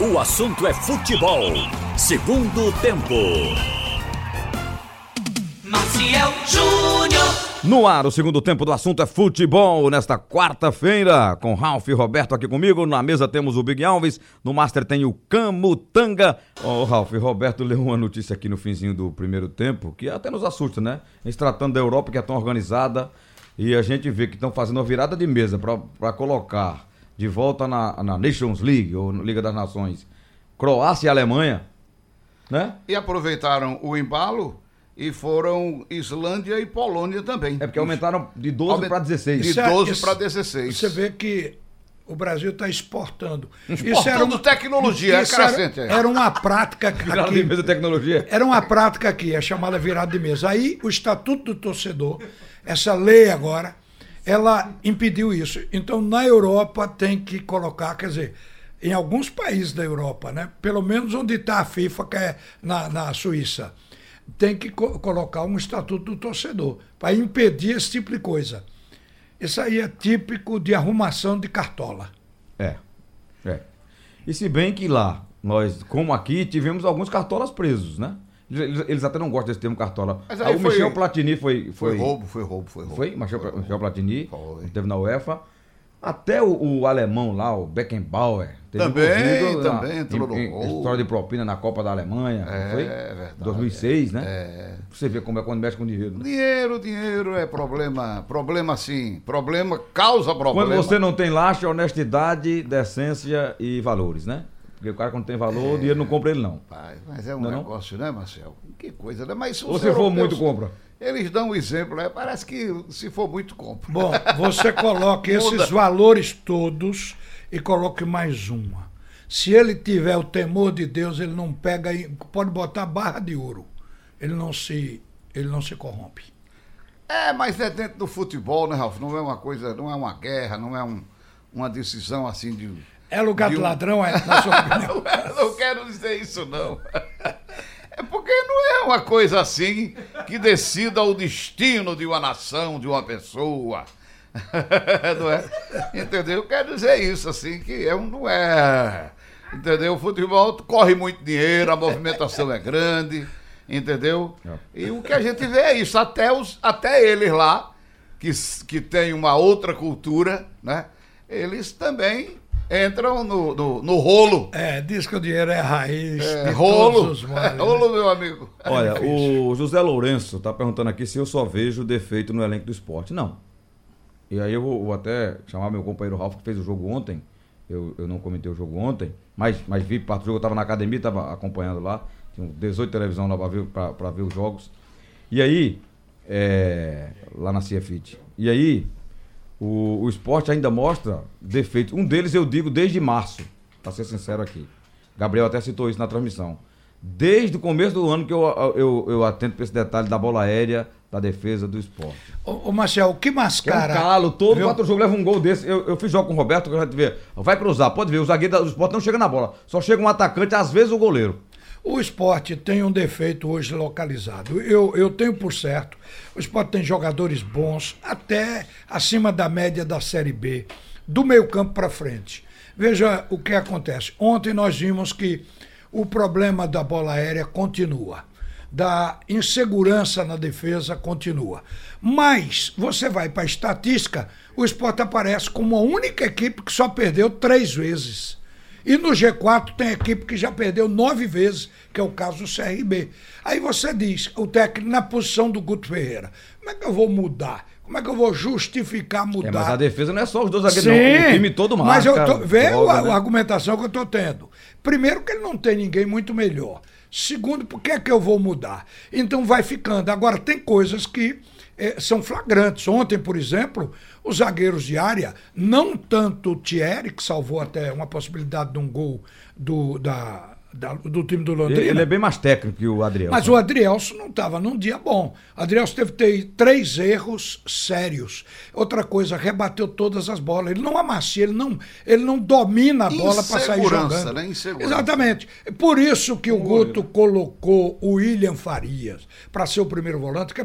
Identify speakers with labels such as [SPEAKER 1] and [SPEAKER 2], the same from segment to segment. [SPEAKER 1] O assunto é futebol. Segundo tempo.
[SPEAKER 2] Maciel Júnior.
[SPEAKER 3] No ar, o segundo tempo do assunto é futebol, nesta quarta-feira, com Ralf e Roberto aqui comigo. Na mesa temos o Big Alves, no Master tem o Camutanga. Ô, Ralf, Roberto leu uma notícia aqui no finzinho do primeiro tempo, que até nos assusta, né? Em se tratando da Europa, que é tão organizada, e a gente vê que estão fazendo uma virada de mesa para colocar de volta na, na Nations League, ou na Liga das Nações, Croácia e Alemanha, né?
[SPEAKER 4] E aproveitaram o embalo e foram Islândia e Polônia também.
[SPEAKER 3] É porque aumentaram de 12
[SPEAKER 4] Aument-
[SPEAKER 3] para 16.
[SPEAKER 4] De
[SPEAKER 5] Isso é-
[SPEAKER 4] 12
[SPEAKER 5] isso-
[SPEAKER 4] para 16.
[SPEAKER 5] Você vê que o Brasil está exportando. um
[SPEAKER 4] Exportando tecnologia,
[SPEAKER 5] isso
[SPEAKER 4] é
[SPEAKER 5] era-
[SPEAKER 4] cacete, é.
[SPEAKER 5] Era uma prática
[SPEAKER 3] Virada de
[SPEAKER 5] aqui.
[SPEAKER 3] mesa tecnologia.
[SPEAKER 5] Era uma prática aqui, a chamada virada de mesa. Aí o Estatuto do Torcedor, essa lei agora, ela impediu isso. Então na Europa tem que colocar, quer dizer, em alguns países da Europa, né? Pelo menos onde está a FIFA, que é na, na Suíça, tem que co- colocar um Estatuto do Torcedor para impedir esse tipo de coisa. Isso aí é típico de arrumação de cartola.
[SPEAKER 3] É. É. E se bem que lá, nós, como aqui, tivemos alguns cartolas presos, né? Eles, eles- eles até não gostam desse termo cartola.
[SPEAKER 4] Mas
[SPEAKER 3] aí
[SPEAKER 4] aí
[SPEAKER 3] o
[SPEAKER 4] foi-
[SPEAKER 3] Michel Platini foi.
[SPEAKER 4] Foi
[SPEAKER 3] Foi,
[SPEAKER 4] roubo, foi roubo, foi roubo.
[SPEAKER 3] foi? Michel,
[SPEAKER 4] roubo.
[SPEAKER 3] Michel Platini,
[SPEAKER 4] Foi.
[SPEAKER 3] teve na UEFA. Até o, o alemão lá, o Beckenbauer. teve
[SPEAKER 4] Também,
[SPEAKER 3] envolvido na-
[SPEAKER 4] também,
[SPEAKER 3] em-
[SPEAKER 4] entrou no
[SPEAKER 3] em-
[SPEAKER 4] gol.
[SPEAKER 3] História de propina na Copa da Alemanha. não
[SPEAKER 4] É,
[SPEAKER 3] foi?
[SPEAKER 4] verdade.
[SPEAKER 3] 2006, né?
[SPEAKER 4] É.
[SPEAKER 3] Você vê como é quando mexe com dinheiro. né?
[SPEAKER 4] Dinheiro, dinheiro é problema. Problema sim. Problema causa problema.
[SPEAKER 3] Quando você não tem laxa, honestidade, decência e valores, né? Porque o cara quando tem
[SPEAKER 4] É.
[SPEAKER 3] valor, o dinheiro não compra ele não.
[SPEAKER 4] Rapaz, mas é um
[SPEAKER 3] Não, não?
[SPEAKER 4] negócio, né, Marcel? Que coisa, né? Mas
[SPEAKER 3] Ou
[SPEAKER 4] os
[SPEAKER 3] se for
[SPEAKER 4] europeus,
[SPEAKER 3] muito, compra.
[SPEAKER 4] Eles dão um exemplo, né? Parece que se for muito, compra.
[SPEAKER 5] Bom, você
[SPEAKER 4] Muda.
[SPEAKER 5] coloca esses valores todos e coloque mais uma. Se ele tiver o temor de Deus, ele não pega e pode botar barra de ouro. Ele não se ele não se corrompe.
[SPEAKER 4] É, mas é dentro do futebol, né, Ralf? Não é uma coisa, não é uma guerra, não é um- uma decisão assim de.
[SPEAKER 5] É lugar
[SPEAKER 4] De
[SPEAKER 5] de
[SPEAKER 4] um-
[SPEAKER 5] ladrão, é, na sua opinião.
[SPEAKER 4] Eu não quero dizer isso, não. É porque não é uma coisa assim que decida o destino de uma nação, de uma pessoa. Não é? Entendeu? Eu quero dizer isso, assim, que é um, não é. Entendeu? O futebol corre muito dinheiro, a movimentação é grande, entendeu? E o que a gente vê é isso, até, os, até eles lá, que, s- que tem uma outra cultura, né? Eles também entram no, no, no rolo.
[SPEAKER 5] É, diz que o dinheiro é a raiz
[SPEAKER 4] É,
[SPEAKER 5] de
[SPEAKER 4] rolo. É
[SPEAKER 5] todos os males. né?
[SPEAKER 4] rolo, meu amigo.
[SPEAKER 3] Olha, o José Lourenço tá perguntando aqui se eu só vejo defeito no elenco do esporte. Não. E aí eu vou, vou até chamar meu companheiro Ralf, que fez o jogo ontem. Eu, eu não comentei o jogo ontem, mas, mas vi parte do jogo, eu tava na academia, tava acompanhando lá. Tinha 18 televisão lá pra ver, pra, pra ver os jogos. E aí, é, lá na CFIT. E aí, o, o esporte ainda mostra defeitos. Um deles eu digo desde março, para ser sincero aqui. Gabriel até citou isso na transmissão. Desde o começo do ano que eu, eu, eu atento para esse detalhe da bola aérea, da defesa do esporte.
[SPEAKER 5] Ô, ô, Marcel, o que
[SPEAKER 3] Que é um
[SPEAKER 5] mascara?
[SPEAKER 3] calo, todo
[SPEAKER 5] viu?
[SPEAKER 3] quatro jogos leva um gol desse. Eu, eu fiz jogo com o Roberto, que eu já te ver. Vai cruzar, pode ver. O zagueiro do esporte não chega na bola. Só chega um atacante, às vezes o goleiro.
[SPEAKER 5] O esporte tem um defeito hoje localizado. Eu, eu tenho por certo. O esporte tem jogadores bons, até acima da média da Série B, do meio campo para frente. Veja o que acontece. Ontem nós vimos que o problema da bola aérea continua, da insegurança na defesa continua. Mas você vai para a estatística, o esporte aparece como a única equipe que só perdeu três vezes. E no G4 tem equipe que já perdeu nove vezes, que é o caso do CRB. Aí você diz, o técnico na posição do Guto Ferreira, como é que eu vou mudar? Como é que eu vou justificar mudar?
[SPEAKER 3] É, mas a defesa não é só os dois zagueiros, não. O time todo marca.
[SPEAKER 5] Mas eu tô, vê
[SPEAKER 3] joga,
[SPEAKER 5] a,
[SPEAKER 3] né?
[SPEAKER 5] a argumentação que eu estou tendo. Primeiro, que ele não tem ninguém muito melhor. Segundo, por que é que eu vou mudar? Então vai ficando. Agora, tem coisas que eh, são flagrantes. Ontem, por exemplo, os zagueiros de área, não tanto o Thierry, que salvou até uma possibilidade de um gol do, da- da- do time do Londrina.
[SPEAKER 3] Ele, ele é bem mais técnico que o Adriel.
[SPEAKER 5] Mas o Adrielso não estava num dia bom. Adrielso teve ter três erros sérios. Outra coisa, rebateu todas as bolas. Ele não amacia, ele não, ele não domina a bola para sair
[SPEAKER 4] Insegurança,
[SPEAKER 5] jogando.
[SPEAKER 4] né? Insegurança.
[SPEAKER 5] Exatamente. Por isso que o Guto colocou o William Farias para ser o primeiro volante, que é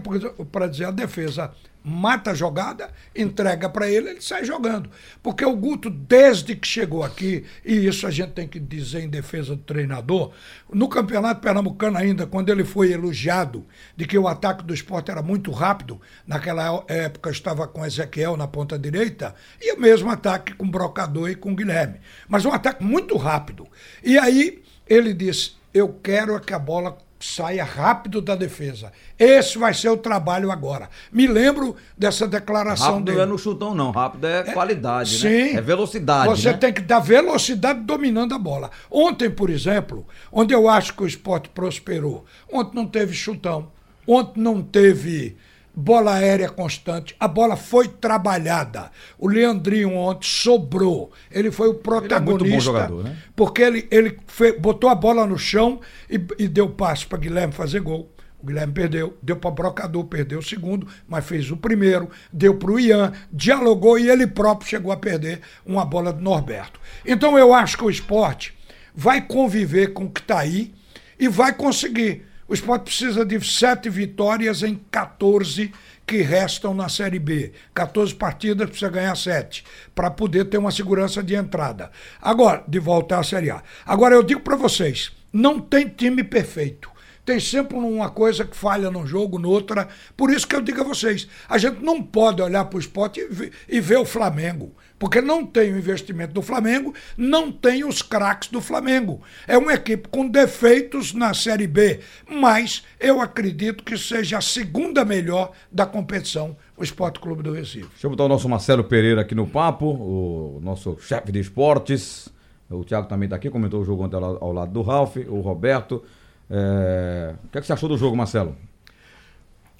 [SPEAKER 5] para dizer a defesa mata a jogada, entrega para ele, ele sai jogando. Porque o Guto, desde que chegou aqui, e isso a gente tem que dizer em defesa do treinador, no Campeonato Pernambucano ainda, quando ele foi elogiado de que o ataque do esporte era muito rápido, naquela época eu estava com Ezequiel na ponta direita, e o mesmo ataque com Brocador e com Guilherme. Mas um ataque muito rápido. E aí ele disse, eu quero é que a bola saia rápido da defesa. Esse vai ser o trabalho agora. Me lembro dessa declaração
[SPEAKER 3] Rápido
[SPEAKER 5] dele.
[SPEAKER 3] não é no chutão, não. Rápido é, qualidade, né?
[SPEAKER 5] Sim.
[SPEAKER 3] É velocidade.
[SPEAKER 5] Você
[SPEAKER 3] né?
[SPEAKER 5] tem que dar velocidade dominando a bola. Ontem, por exemplo, onde eu acho que o esporte prosperou, ontem não teve chutão, ontem não teve bola aérea constante, a bola foi trabalhada. O Leandrinho ontem sobrou. Ele foi o
[SPEAKER 3] é muito bom
[SPEAKER 5] protagonista.
[SPEAKER 3] jogador, né?
[SPEAKER 5] Porque ele, ele fe- botou a bola no chão e, e deu passe para Guilherme fazer gol. O Guilherme perdeu, deu para Brocador, perdeu o segundo, mas fez o primeiro, deu para o Ian, dialogou e ele próprio chegou a perder uma bola do Norberto. Então eu acho que o esporte vai conviver com o que está aí e vai conseguir. O esporte precisa de sete vitórias em 14 que restam na Série B. 14 partidas precisa ganhar sete para poder ter uma segurança de entrada. Agora, de voltar à Série A. Agora, eu digo para vocês, não tem time perfeito. Tem sempre uma coisa que falha num jogo, noutra. Por isso que eu digo a vocês, a gente não pode olhar para o esporte e ver, e ver o Flamengo. Porque não tem o investimento do Flamengo, não tem os craques do Flamengo. É uma equipe com defeitos na Série B, mas eu acredito que seja a segunda melhor da competição, o Esporte Clube do Recife.
[SPEAKER 3] Deixa eu botar o nosso Marcelo Pereira aqui no papo, o nosso chefe de esportes. O Thiago também está aqui, comentou o jogo ontem ao, ao lado do Ralf, o Roberto. É, O que, é que você achou do jogo, Marcelo?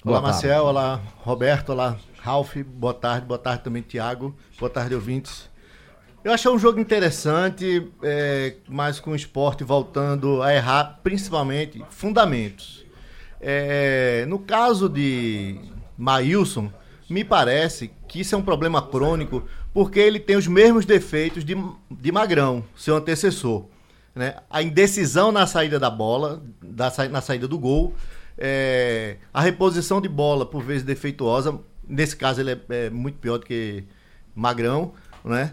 [SPEAKER 3] Boa
[SPEAKER 6] Olá,
[SPEAKER 3] tarde.
[SPEAKER 6] Marcel. Olá, Roberto. Olá, Ralf. Boa tarde. Boa tarde também, Tiago. Boa tarde, ouvintes. Eu achei um jogo interessante, é, mas com o esporte voltando a errar, principalmente fundamentos. É, no caso de Maílson, me parece que isso é um problema crônico, porque ele tem os mesmos defeitos de, de Magrão, seu antecessor. né? A indecisão na saída da bola, da sa- na saída do gol, é, a reposição de bola, por vezes defeituosa, nesse caso ele é, é muito pior do que Magrão, né?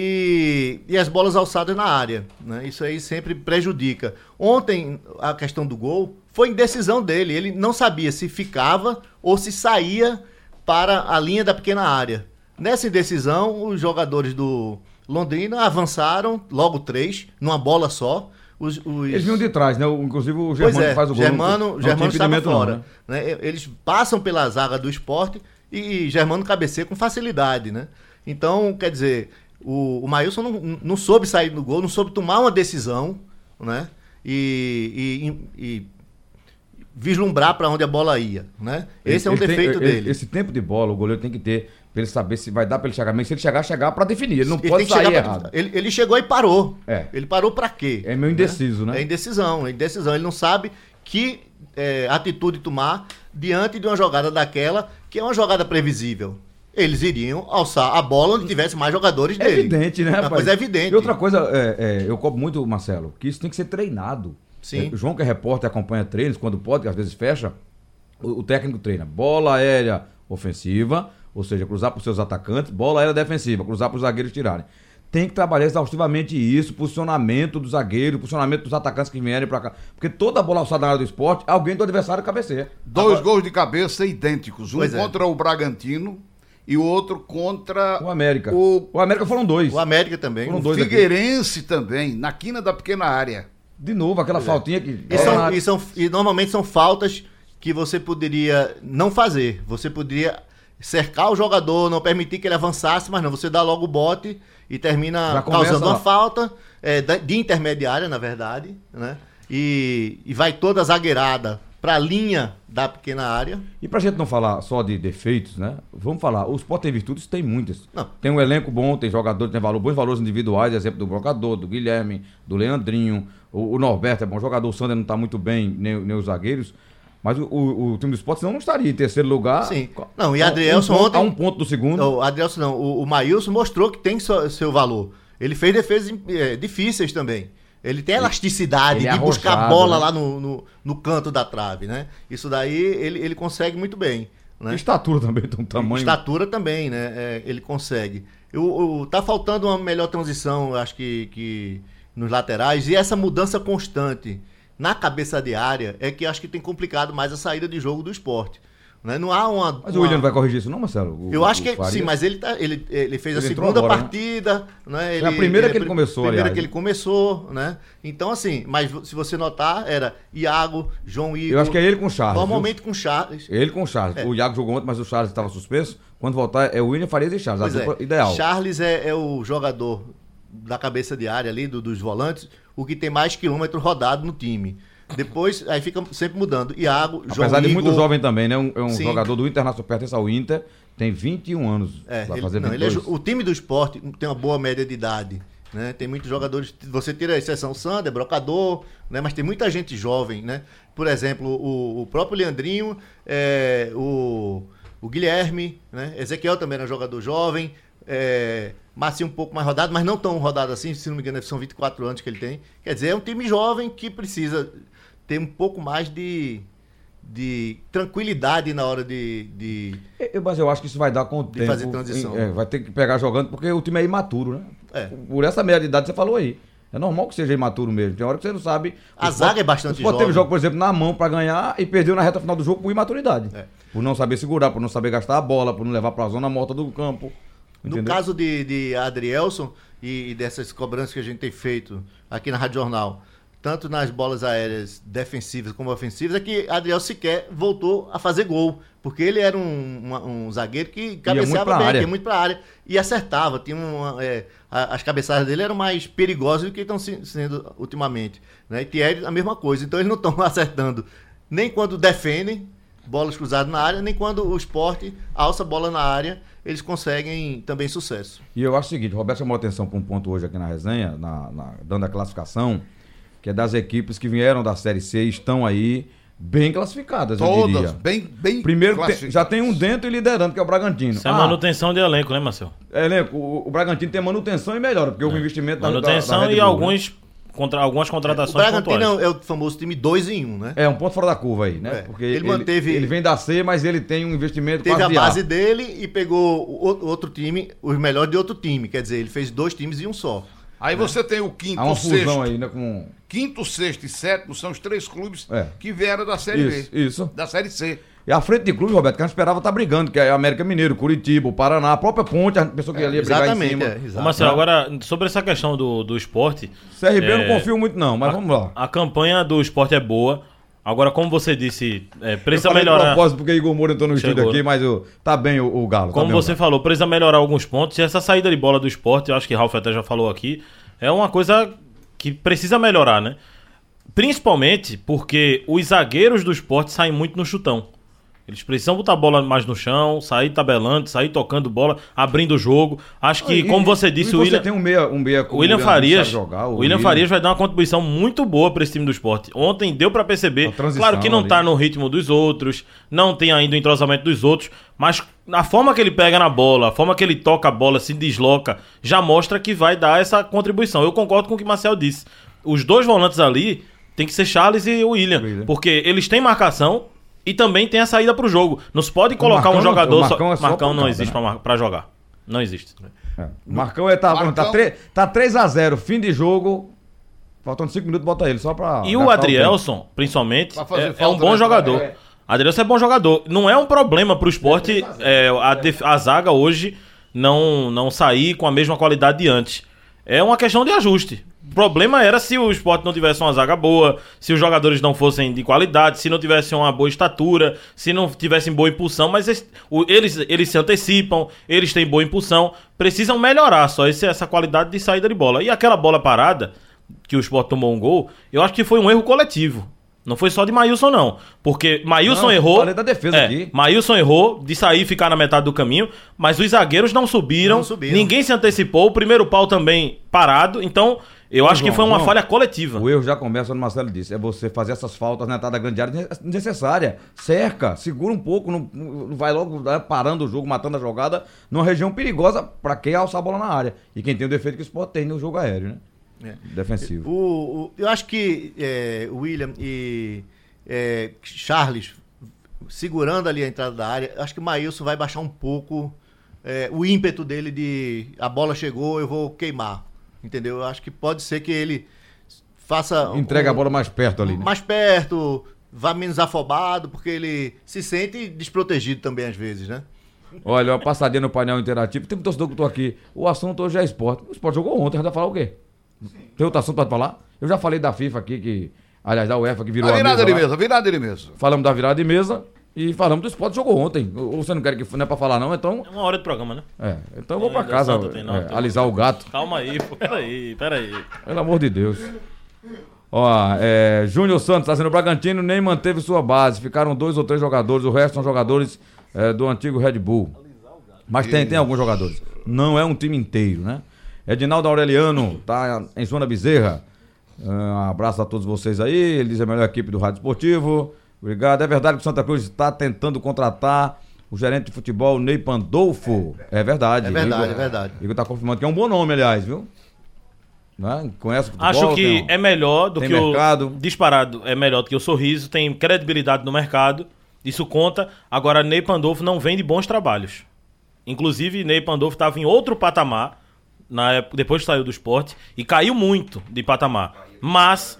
[SPEAKER 6] E, e as bolas alçadas na área. Né? Isso aí sempre prejudica. Ontem, a questão do gol foi indecisão dele. Ele não sabia se ficava ou se saía para a linha da pequena área. Nessa indecisão, os jogadores do Londrina avançaram, logo três, numa bola só. Os, os-
[SPEAKER 3] Eles vinham de trás, né? O- Inclusive o
[SPEAKER 6] Pois
[SPEAKER 3] Germano
[SPEAKER 6] é,
[SPEAKER 3] que faz o gol.
[SPEAKER 6] Germano,
[SPEAKER 3] não- não tinha
[SPEAKER 6] Germano estava
[SPEAKER 3] impedimento não,
[SPEAKER 6] fora.
[SPEAKER 3] né?
[SPEAKER 6] né? Eles passam pela zaga do esporte e Germano cabeceia com facilidade, né? Então, quer dizer, o, o Maílson não, não soube sair do gol, não soube tomar uma decisão, né? E, e- e- e vislumbrar para onde a bola ia, né? Esse é um
[SPEAKER 3] Ele tem-
[SPEAKER 6] defeito
[SPEAKER 3] ele-
[SPEAKER 6] dele.
[SPEAKER 3] Esse tempo de bola o goleiro tem que ter pra ele saber se vai dar pra ele chegar. Mas se ele chegar, chegar pra definir. Ele não
[SPEAKER 6] Ele
[SPEAKER 3] pode
[SPEAKER 6] tem que chegar
[SPEAKER 3] sair
[SPEAKER 6] pra-
[SPEAKER 3] errado.
[SPEAKER 6] ele, ele chegou e parou.
[SPEAKER 3] É.
[SPEAKER 6] Ele parou pra quê?
[SPEAKER 3] É meio indeciso, né?
[SPEAKER 6] É indecisão, é indecisão. Ele não sabe que é, atitude tomar diante de uma jogada daquela, que é uma jogada previsível. Eles iriam alçar a bola onde tivesse mais jogadores
[SPEAKER 3] É
[SPEAKER 6] dele.
[SPEAKER 3] evidente, né,
[SPEAKER 6] Uma
[SPEAKER 3] rapaz?
[SPEAKER 6] coisa evidente.
[SPEAKER 3] E outra coisa, é, é, eu cobro muito, Marcelo, que isso tem que ser treinado.
[SPEAKER 6] Sim.
[SPEAKER 3] É, o João, que é repórter, acompanha treinos, quando pode, que às vezes fecha, o, o técnico treina bola aérea ofensiva, ou seja, cruzar para os seus atacantes, bola aérea defensiva, cruzar para os zagueiros tirarem. Tem que trabalhar exaustivamente isso, posicionamento do zagueiro, posicionamento dos atacantes que vierem para cá. Porque toda bola alçada na área do esporte, alguém do adversário cabeceia.
[SPEAKER 4] Dois gols de cabeça idênticos. Um
[SPEAKER 6] Pois é.
[SPEAKER 4] contra o Bragantino e o outro contra
[SPEAKER 3] O América.
[SPEAKER 4] O, um
[SPEAKER 3] América foram dois.
[SPEAKER 6] O América também.
[SPEAKER 3] Foram dois aqui.
[SPEAKER 4] Figueirense também, na quina da pequena área.
[SPEAKER 3] De novo, aquela faltinha que. Ah,
[SPEAKER 6] é. E, são, e, são- e normalmente são faltas que você poderia não fazer. Você poderia cercar o jogador, não permitir que ele avançasse, mas não, você dá logo o bote e
[SPEAKER 3] Já
[SPEAKER 6] termina
[SPEAKER 3] começa
[SPEAKER 6] causando
[SPEAKER 3] lá.
[SPEAKER 6] uma falta é, da- de intermediária, na verdade, né? E, e vai toda zagueirada para a linha da pequena área.
[SPEAKER 3] E pra gente não falar só de defeitos, né? Vamos falar, o Sport tem virtudes, tem muitas.
[SPEAKER 6] Não.
[SPEAKER 3] Tem um elenco bom, tem jogador, tem valor, bons valores individuais, exemplo do Brocador, do Guilherme, do Leandrinho, o, o Norberto é bom jogador, o Sander não tá muito bem, nem, nem os zagueiros. Mas o, o- o time do Sport senão não estaria em terceiro lugar.
[SPEAKER 6] Sim.
[SPEAKER 3] Co-
[SPEAKER 6] Não, e
[SPEAKER 3] a-
[SPEAKER 6] Adrielson
[SPEAKER 3] um ponto,
[SPEAKER 6] ontem- né?
[SPEAKER 3] A um ponto do segundo.
[SPEAKER 6] O Adrielson não, o, o Maílson mostrou que tem seu, seu valor. Ele fez defesas eh, difíceis também. Ele tem elasticidade
[SPEAKER 3] ele é
[SPEAKER 6] de buscar a
[SPEAKER 3] arrojado,
[SPEAKER 6] bola
[SPEAKER 3] né?
[SPEAKER 6] lá no, no, no canto da trave, né? Isso daí ele, ele consegue muito bem. né?
[SPEAKER 3] Estatura também tem um tamanho.
[SPEAKER 6] Estatura também, né? É, ele consegue. O, o- tá faltando uma melhor transição, eu acho que, que nos laterais. E essa mudança constante na cabeça de área é que acho que tem complicado mais a saída de jogo do esporte. né? Não há uma.
[SPEAKER 3] Mas o
[SPEAKER 6] uma-
[SPEAKER 3] William não vai corrigir isso, não, Marcelo? O-
[SPEAKER 6] Eu acho
[SPEAKER 3] o
[SPEAKER 6] que
[SPEAKER 3] Farias?
[SPEAKER 6] sim, mas ele, tá, ele, ele fez a
[SPEAKER 3] Ele entrou
[SPEAKER 6] segunda
[SPEAKER 3] agora, né? É
[SPEAKER 6] partida, né?
[SPEAKER 3] a primeira que ele começou,
[SPEAKER 6] Primeira
[SPEAKER 3] aliás,
[SPEAKER 6] que ele
[SPEAKER 3] né?
[SPEAKER 6] começou, né? Então, assim, mas se você notar, era Iago, João Igor.
[SPEAKER 3] Eu acho que é ele com o Charles. viu?
[SPEAKER 6] Normalmente com Charles.
[SPEAKER 3] Ele com o Charles.
[SPEAKER 6] É.
[SPEAKER 3] O Iago jogou ontem, mas o Charles estava suspenso. Quando voltar, é o William Farias e Charles.
[SPEAKER 6] Pois
[SPEAKER 3] a
[SPEAKER 6] é.
[SPEAKER 3] dupla ideal.
[SPEAKER 6] Charles é, é o jogador da cabeça de área ali, do- dos volantes, o que tem mais quilômetro rodado no time. Depois, aí fica sempre mudando. Iago, João
[SPEAKER 3] Apesar de
[SPEAKER 6] Igor,
[SPEAKER 3] muito jovem também, né? Um- É um
[SPEAKER 6] Sim.
[SPEAKER 3] jogador do Internacional, pertence ao é Inter, tem 21 anos.
[SPEAKER 6] É,
[SPEAKER 3] vai
[SPEAKER 6] ele-
[SPEAKER 3] fazer
[SPEAKER 6] não, ele é
[SPEAKER 3] 22.
[SPEAKER 6] jo- o time do esporte tem uma boa média de idade. Né? Tem muitos jogadores. Você tira a exceção Sander, Brocador, né? mas tem muita gente jovem. Né? Por exemplo, o, o próprio Leandrinho, é, o, o Guilherme, né? Ezequiel também era jogador jovem. É, Marcinho um pouco mais rodado, mas não tão rodado assim, se não me engano, são 24 anos que ele tem. Quer dizer, é um time jovem que precisa ter um pouco mais de, de tranquilidade na hora de- de
[SPEAKER 3] Eu- É, mas eu acho que isso vai dar com o
[SPEAKER 6] De
[SPEAKER 3] tempo.
[SPEAKER 6] fazer transição.
[SPEAKER 3] É, vai ter que pegar jogando, porque o time é imaturo, né?
[SPEAKER 6] É.
[SPEAKER 3] Por essa média de idade que você falou aí. É normal que seja imaturo mesmo. Tem hora que você não sabe.
[SPEAKER 6] A
[SPEAKER 3] O
[SPEAKER 6] zaga
[SPEAKER 3] Sport-
[SPEAKER 6] é
[SPEAKER 3] O
[SPEAKER 6] bastante
[SPEAKER 3] Sport teve
[SPEAKER 6] jovem.
[SPEAKER 3] jogo, por exemplo, na mão pra ganhar e perdeu na reta final do jogo por imaturidade.
[SPEAKER 6] É.
[SPEAKER 3] Por não saber segurar, por não saber gastar a bola, por não levar pra zona morta do campo.
[SPEAKER 6] No
[SPEAKER 3] Entendeu?
[SPEAKER 6] caso de, de Adrielson e, e dessas cobranças que a gente tem feito aqui na Rádio Jornal, tanto nas bolas aéreas defensivas como ofensivas, é que Adriel sequer voltou a fazer gol. Porque ele era um, uma- um zagueiro que
[SPEAKER 3] é muito pra
[SPEAKER 6] cabeceava bem,
[SPEAKER 3] área.
[SPEAKER 6] que ia muito pra área. E acertava. Tinha uma, é, a- as cabeçadas dele eram mais perigosas do que estão se- sendo ultimamente. Né? E Thierry, a mesma coisa. Então eles não estão acertando nem quando defendem, bolas cruzadas na área, nem quando o esporte alça a bola na área, eles conseguem também sucesso.
[SPEAKER 3] E eu acho o seguinte, o Roberto chamou a atenção para um ponto hoje aqui na resenha, na, na- dando a classificação, que é das equipes que vieram da Série C e estão aí bem classificadas, eu
[SPEAKER 4] Todas,
[SPEAKER 3] diria.
[SPEAKER 4] bem, bem
[SPEAKER 3] Primeiro que tem-
[SPEAKER 4] classificadas.
[SPEAKER 3] já tem um dentro e liderando, que é o Bragantino.
[SPEAKER 7] Isso é
[SPEAKER 3] Ah,
[SPEAKER 7] manutenção de elenco, né, Marcelo?
[SPEAKER 3] elenco, o, o Bragantino tem manutenção e melhora, porque o investimento da- da- da
[SPEAKER 7] É. Manutenção
[SPEAKER 3] Red
[SPEAKER 7] e
[SPEAKER 3] Bull, né?
[SPEAKER 7] alguns, contra, algumas
[SPEAKER 6] O
[SPEAKER 7] contratações
[SPEAKER 6] Bragantino é
[SPEAKER 7] pontuais.
[SPEAKER 6] o- é o famoso time 2 em 1, um, né?
[SPEAKER 3] É, um ponto fora da curva aí, né?
[SPEAKER 6] É,
[SPEAKER 3] Porque
[SPEAKER 6] ele
[SPEAKER 3] ele,
[SPEAKER 6] manteve-
[SPEAKER 3] ele vem da C, mas ele tem um investimento
[SPEAKER 6] Teve a
[SPEAKER 3] quase de A.
[SPEAKER 6] base dele e pegou o o- outro time, os melhores de outro time. Quer dizer, ele fez dois times e um só.
[SPEAKER 4] Aí você tem o quinto,
[SPEAKER 3] Há uma
[SPEAKER 4] o sexto.
[SPEAKER 3] fusão aí, né, com...
[SPEAKER 4] Quinto, sexto e sétimo são os três clubes
[SPEAKER 3] É.
[SPEAKER 4] que vieram da Série
[SPEAKER 3] Isso,
[SPEAKER 4] B.
[SPEAKER 3] isso.
[SPEAKER 4] Da Série C.
[SPEAKER 3] E a frente de clube, Roberto, que a gente esperava estar brigando, que é América Mineiro, Curitiba, o Paraná, a própria Ponte, a gente pensou que ali ia brigar em cima.
[SPEAKER 6] é, exato.
[SPEAKER 7] Ô, Marcelo, agora, sobre essa questão do, do esporte.
[SPEAKER 3] CRB eu
[SPEAKER 7] é, Ah,
[SPEAKER 3] não confio muito não, mas vamos lá.
[SPEAKER 7] A campanha do esporte é boa. Agora, como você disse, é,
[SPEAKER 3] Eu
[SPEAKER 7] precisa
[SPEAKER 3] falei de
[SPEAKER 7] melhorar.
[SPEAKER 3] propósito porque Igor Moura entrou no
[SPEAKER 7] Chegou,
[SPEAKER 3] estúdio aqui,
[SPEAKER 7] né?
[SPEAKER 3] mas o- tá bem o, o Galo. tá
[SPEAKER 7] Como
[SPEAKER 3] bem o
[SPEAKER 7] você
[SPEAKER 3] Galo.
[SPEAKER 7] falou, precisa melhorar alguns pontos. E essa saída de bola do esporte, eu acho que Ralf até já falou aqui, é uma coisa que precisa melhorar, né? Principalmente porque os zagueiros do esporte saem muito no chutão. Eles precisam botar a bola mais no chão, sair tabelando, sair tocando bola, abrindo o jogo. Acho que,
[SPEAKER 3] Ah, E-
[SPEAKER 7] como
[SPEAKER 3] e-
[SPEAKER 7] você
[SPEAKER 3] e
[SPEAKER 7] disse, o
[SPEAKER 3] você
[SPEAKER 7] William,
[SPEAKER 3] tem um meia, um meia com
[SPEAKER 7] o William
[SPEAKER 3] que não
[SPEAKER 7] Farias,
[SPEAKER 3] sabe jogar,
[SPEAKER 7] o William Farias vai dar uma contribuição muito boa para esse time do esporte. Ontem deu para perceber,
[SPEAKER 3] A transição
[SPEAKER 7] claro que não
[SPEAKER 3] ali.
[SPEAKER 7] tá no ritmo dos outros, não tem ainda o entrosamento dos outros, mas a forma que ele pega na bola, a forma que ele toca a bola, se desloca, já mostra que vai dar essa contribuição. Eu concordo com o que o Marcel disse. Os dois volantes ali tem que ser Charles e o William,
[SPEAKER 3] William.
[SPEAKER 7] porque eles têm marcação e também tem a saída pro jogo. Não se pode colocar
[SPEAKER 3] Marcão
[SPEAKER 7] um
[SPEAKER 3] não-
[SPEAKER 7] jogador
[SPEAKER 3] o
[SPEAKER 7] só.
[SPEAKER 3] Marcão
[SPEAKER 7] Marcão,
[SPEAKER 3] é só
[SPEAKER 7] não
[SPEAKER 3] pancada,
[SPEAKER 7] existe
[SPEAKER 3] né?
[SPEAKER 7] pra mar- pra jogar. Não existe.
[SPEAKER 3] É. Marcão é, tá,
[SPEAKER 4] Marcão-
[SPEAKER 3] Tá, 3, tá 3 a 0 fim de jogo. Faltando 5 minutos, bota ele só pra.
[SPEAKER 7] E
[SPEAKER 3] gastar
[SPEAKER 7] o
[SPEAKER 3] tá tempo.
[SPEAKER 7] Adrielson, principalmente,
[SPEAKER 4] Pra fazer
[SPEAKER 7] é- é,
[SPEAKER 4] falta,
[SPEAKER 7] um bom
[SPEAKER 4] né?
[SPEAKER 7] jogador.
[SPEAKER 4] É.
[SPEAKER 7] Adrielson é bom jogador. Não é um problema pro esporte é, a, def- a zaga hoje não, não sair com a mesma qualidade de antes. É uma questão de ajuste. O problema era se o esporte não tivesse uma zaga boa, se os jogadores não fossem de qualidade, se não tivessem uma boa estatura, se não tivessem boa impulsão, mas es- o- eles, eles se antecipam, eles têm boa impulsão, precisam melhorar só esse- essa qualidade de saída de bola. E aquela bola parada, que o Sport tomou um gol, eu acho que foi um erro coletivo. Não foi só de Maílson, não. Porque Maílson
[SPEAKER 3] Não,
[SPEAKER 7] errou.
[SPEAKER 3] falei da defesa
[SPEAKER 7] é,
[SPEAKER 3] aqui.
[SPEAKER 7] Maílson errou de sair e ficar na metade do caminho, mas os zagueiros não subiram.
[SPEAKER 6] Não subiram.
[SPEAKER 7] Ninguém se antecipou. O primeiro pau também parado. Então, eu acho
[SPEAKER 3] João,
[SPEAKER 7] que foi uma
[SPEAKER 3] João,
[SPEAKER 7] falha coletiva.
[SPEAKER 3] O erro já começa onde o Marcelo disse: é você fazer essas faltas na entrada da grande área necessária. Cerca, segura um pouco, não, não vai logo né, parando o jogo, matando a jogada, numa região perigosa pra quem alçar a bola na área. E quem tem o defeito que o Sport tem no jogo aéreo, né? Defensivo.
[SPEAKER 6] O- o- eu acho que é, William e é, Charles segurando ali a entrada da área. Acho que o Maílson vai baixar um pouco é, o ímpeto dele de a bola chegou, eu vou queimar. Entendeu? Eu acho que pode ser que ele faça.
[SPEAKER 3] Entrega
[SPEAKER 6] um-
[SPEAKER 3] a bola mais perto ali, né?
[SPEAKER 6] mais perto, vá menos afobado, porque ele se sente desprotegido também às vezes, né?
[SPEAKER 3] Olha, uma passadinha no painel interativo. Tem um torcedor que eu tô aqui. O assunto hoje é esporte. O esporte jogou ontem, já vai falar o quê? Tem outro assunto pra falar? Eu já falei da FIFA aqui, que. Aliás, da UEFA que virou
[SPEAKER 4] A
[SPEAKER 3] a
[SPEAKER 4] virada
[SPEAKER 3] mesa.
[SPEAKER 4] de
[SPEAKER 3] lá.
[SPEAKER 4] mesa, virada de mesa.
[SPEAKER 3] Falamos da virada de mesa e falamos do esporte jogou ontem. Ou ou você não quer que não é pra falar, não? Então.
[SPEAKER 7] É uma hora de programa, né?
[SPEAKER 3] É, então eu vou
[SPEAKER 7] Não,
[SPEAKER 3] pra casa
[SPEAKER 7] não, não tem, não,
[SPEAKER 3] é,
[SPEAKER 7] tem.
[SPEAKER 3] alisar o gato.
[SPEAKER 7] Calma aí, pô. Peraí, peraí.
[SPEAKER 3] Pelo amor de Deus. Ó, é, Júnior Santos, tá sendo o Bragantino, nem manteve sua base. Ficaram dois ou três jogadores, o resto são jogadores é, do antigo Red Bull. Mas tem, tem alguns jogadores. Não é um time inteiro, né? Edinaldo Aureliano, tá em Zona Bezerra. É, Um abraço a todos vocês aí. Ele diz a melhor equipe do Rádio Esportivo. Obrigado. É verdade que o Santa Cruz está tentando contratar o gerente de futebol, Ney Pandolfo. É verdade.
[SPEAKER 6] É verdade,
[SPEAKER 3] Igor-
[SPEAKER 6] é verdade.
[SPEAKER 3] Igor tá confirmando que é um bom nome, aliás, viu? né? Conhece o futebol,
[SPEAKER 7] Acho que
[SPEAKER 3] tem um-
[SPEAKER 7] é melhor do
[SPEAKER 3] tem
[SPEAKER 7] que
[SPEAKER 3] mercado.
[SPEAKER 7] o. Disparado é melhor do que o sorriso, tem credibilidade no mercado, isso conta. Agora, Ney Pandolfo não vem de bons trabalhos. Inclusive, Ney Pandolfo estava em outro patamar, na época, depois que saiu do esporte, e caiu muito de patamar. Mas,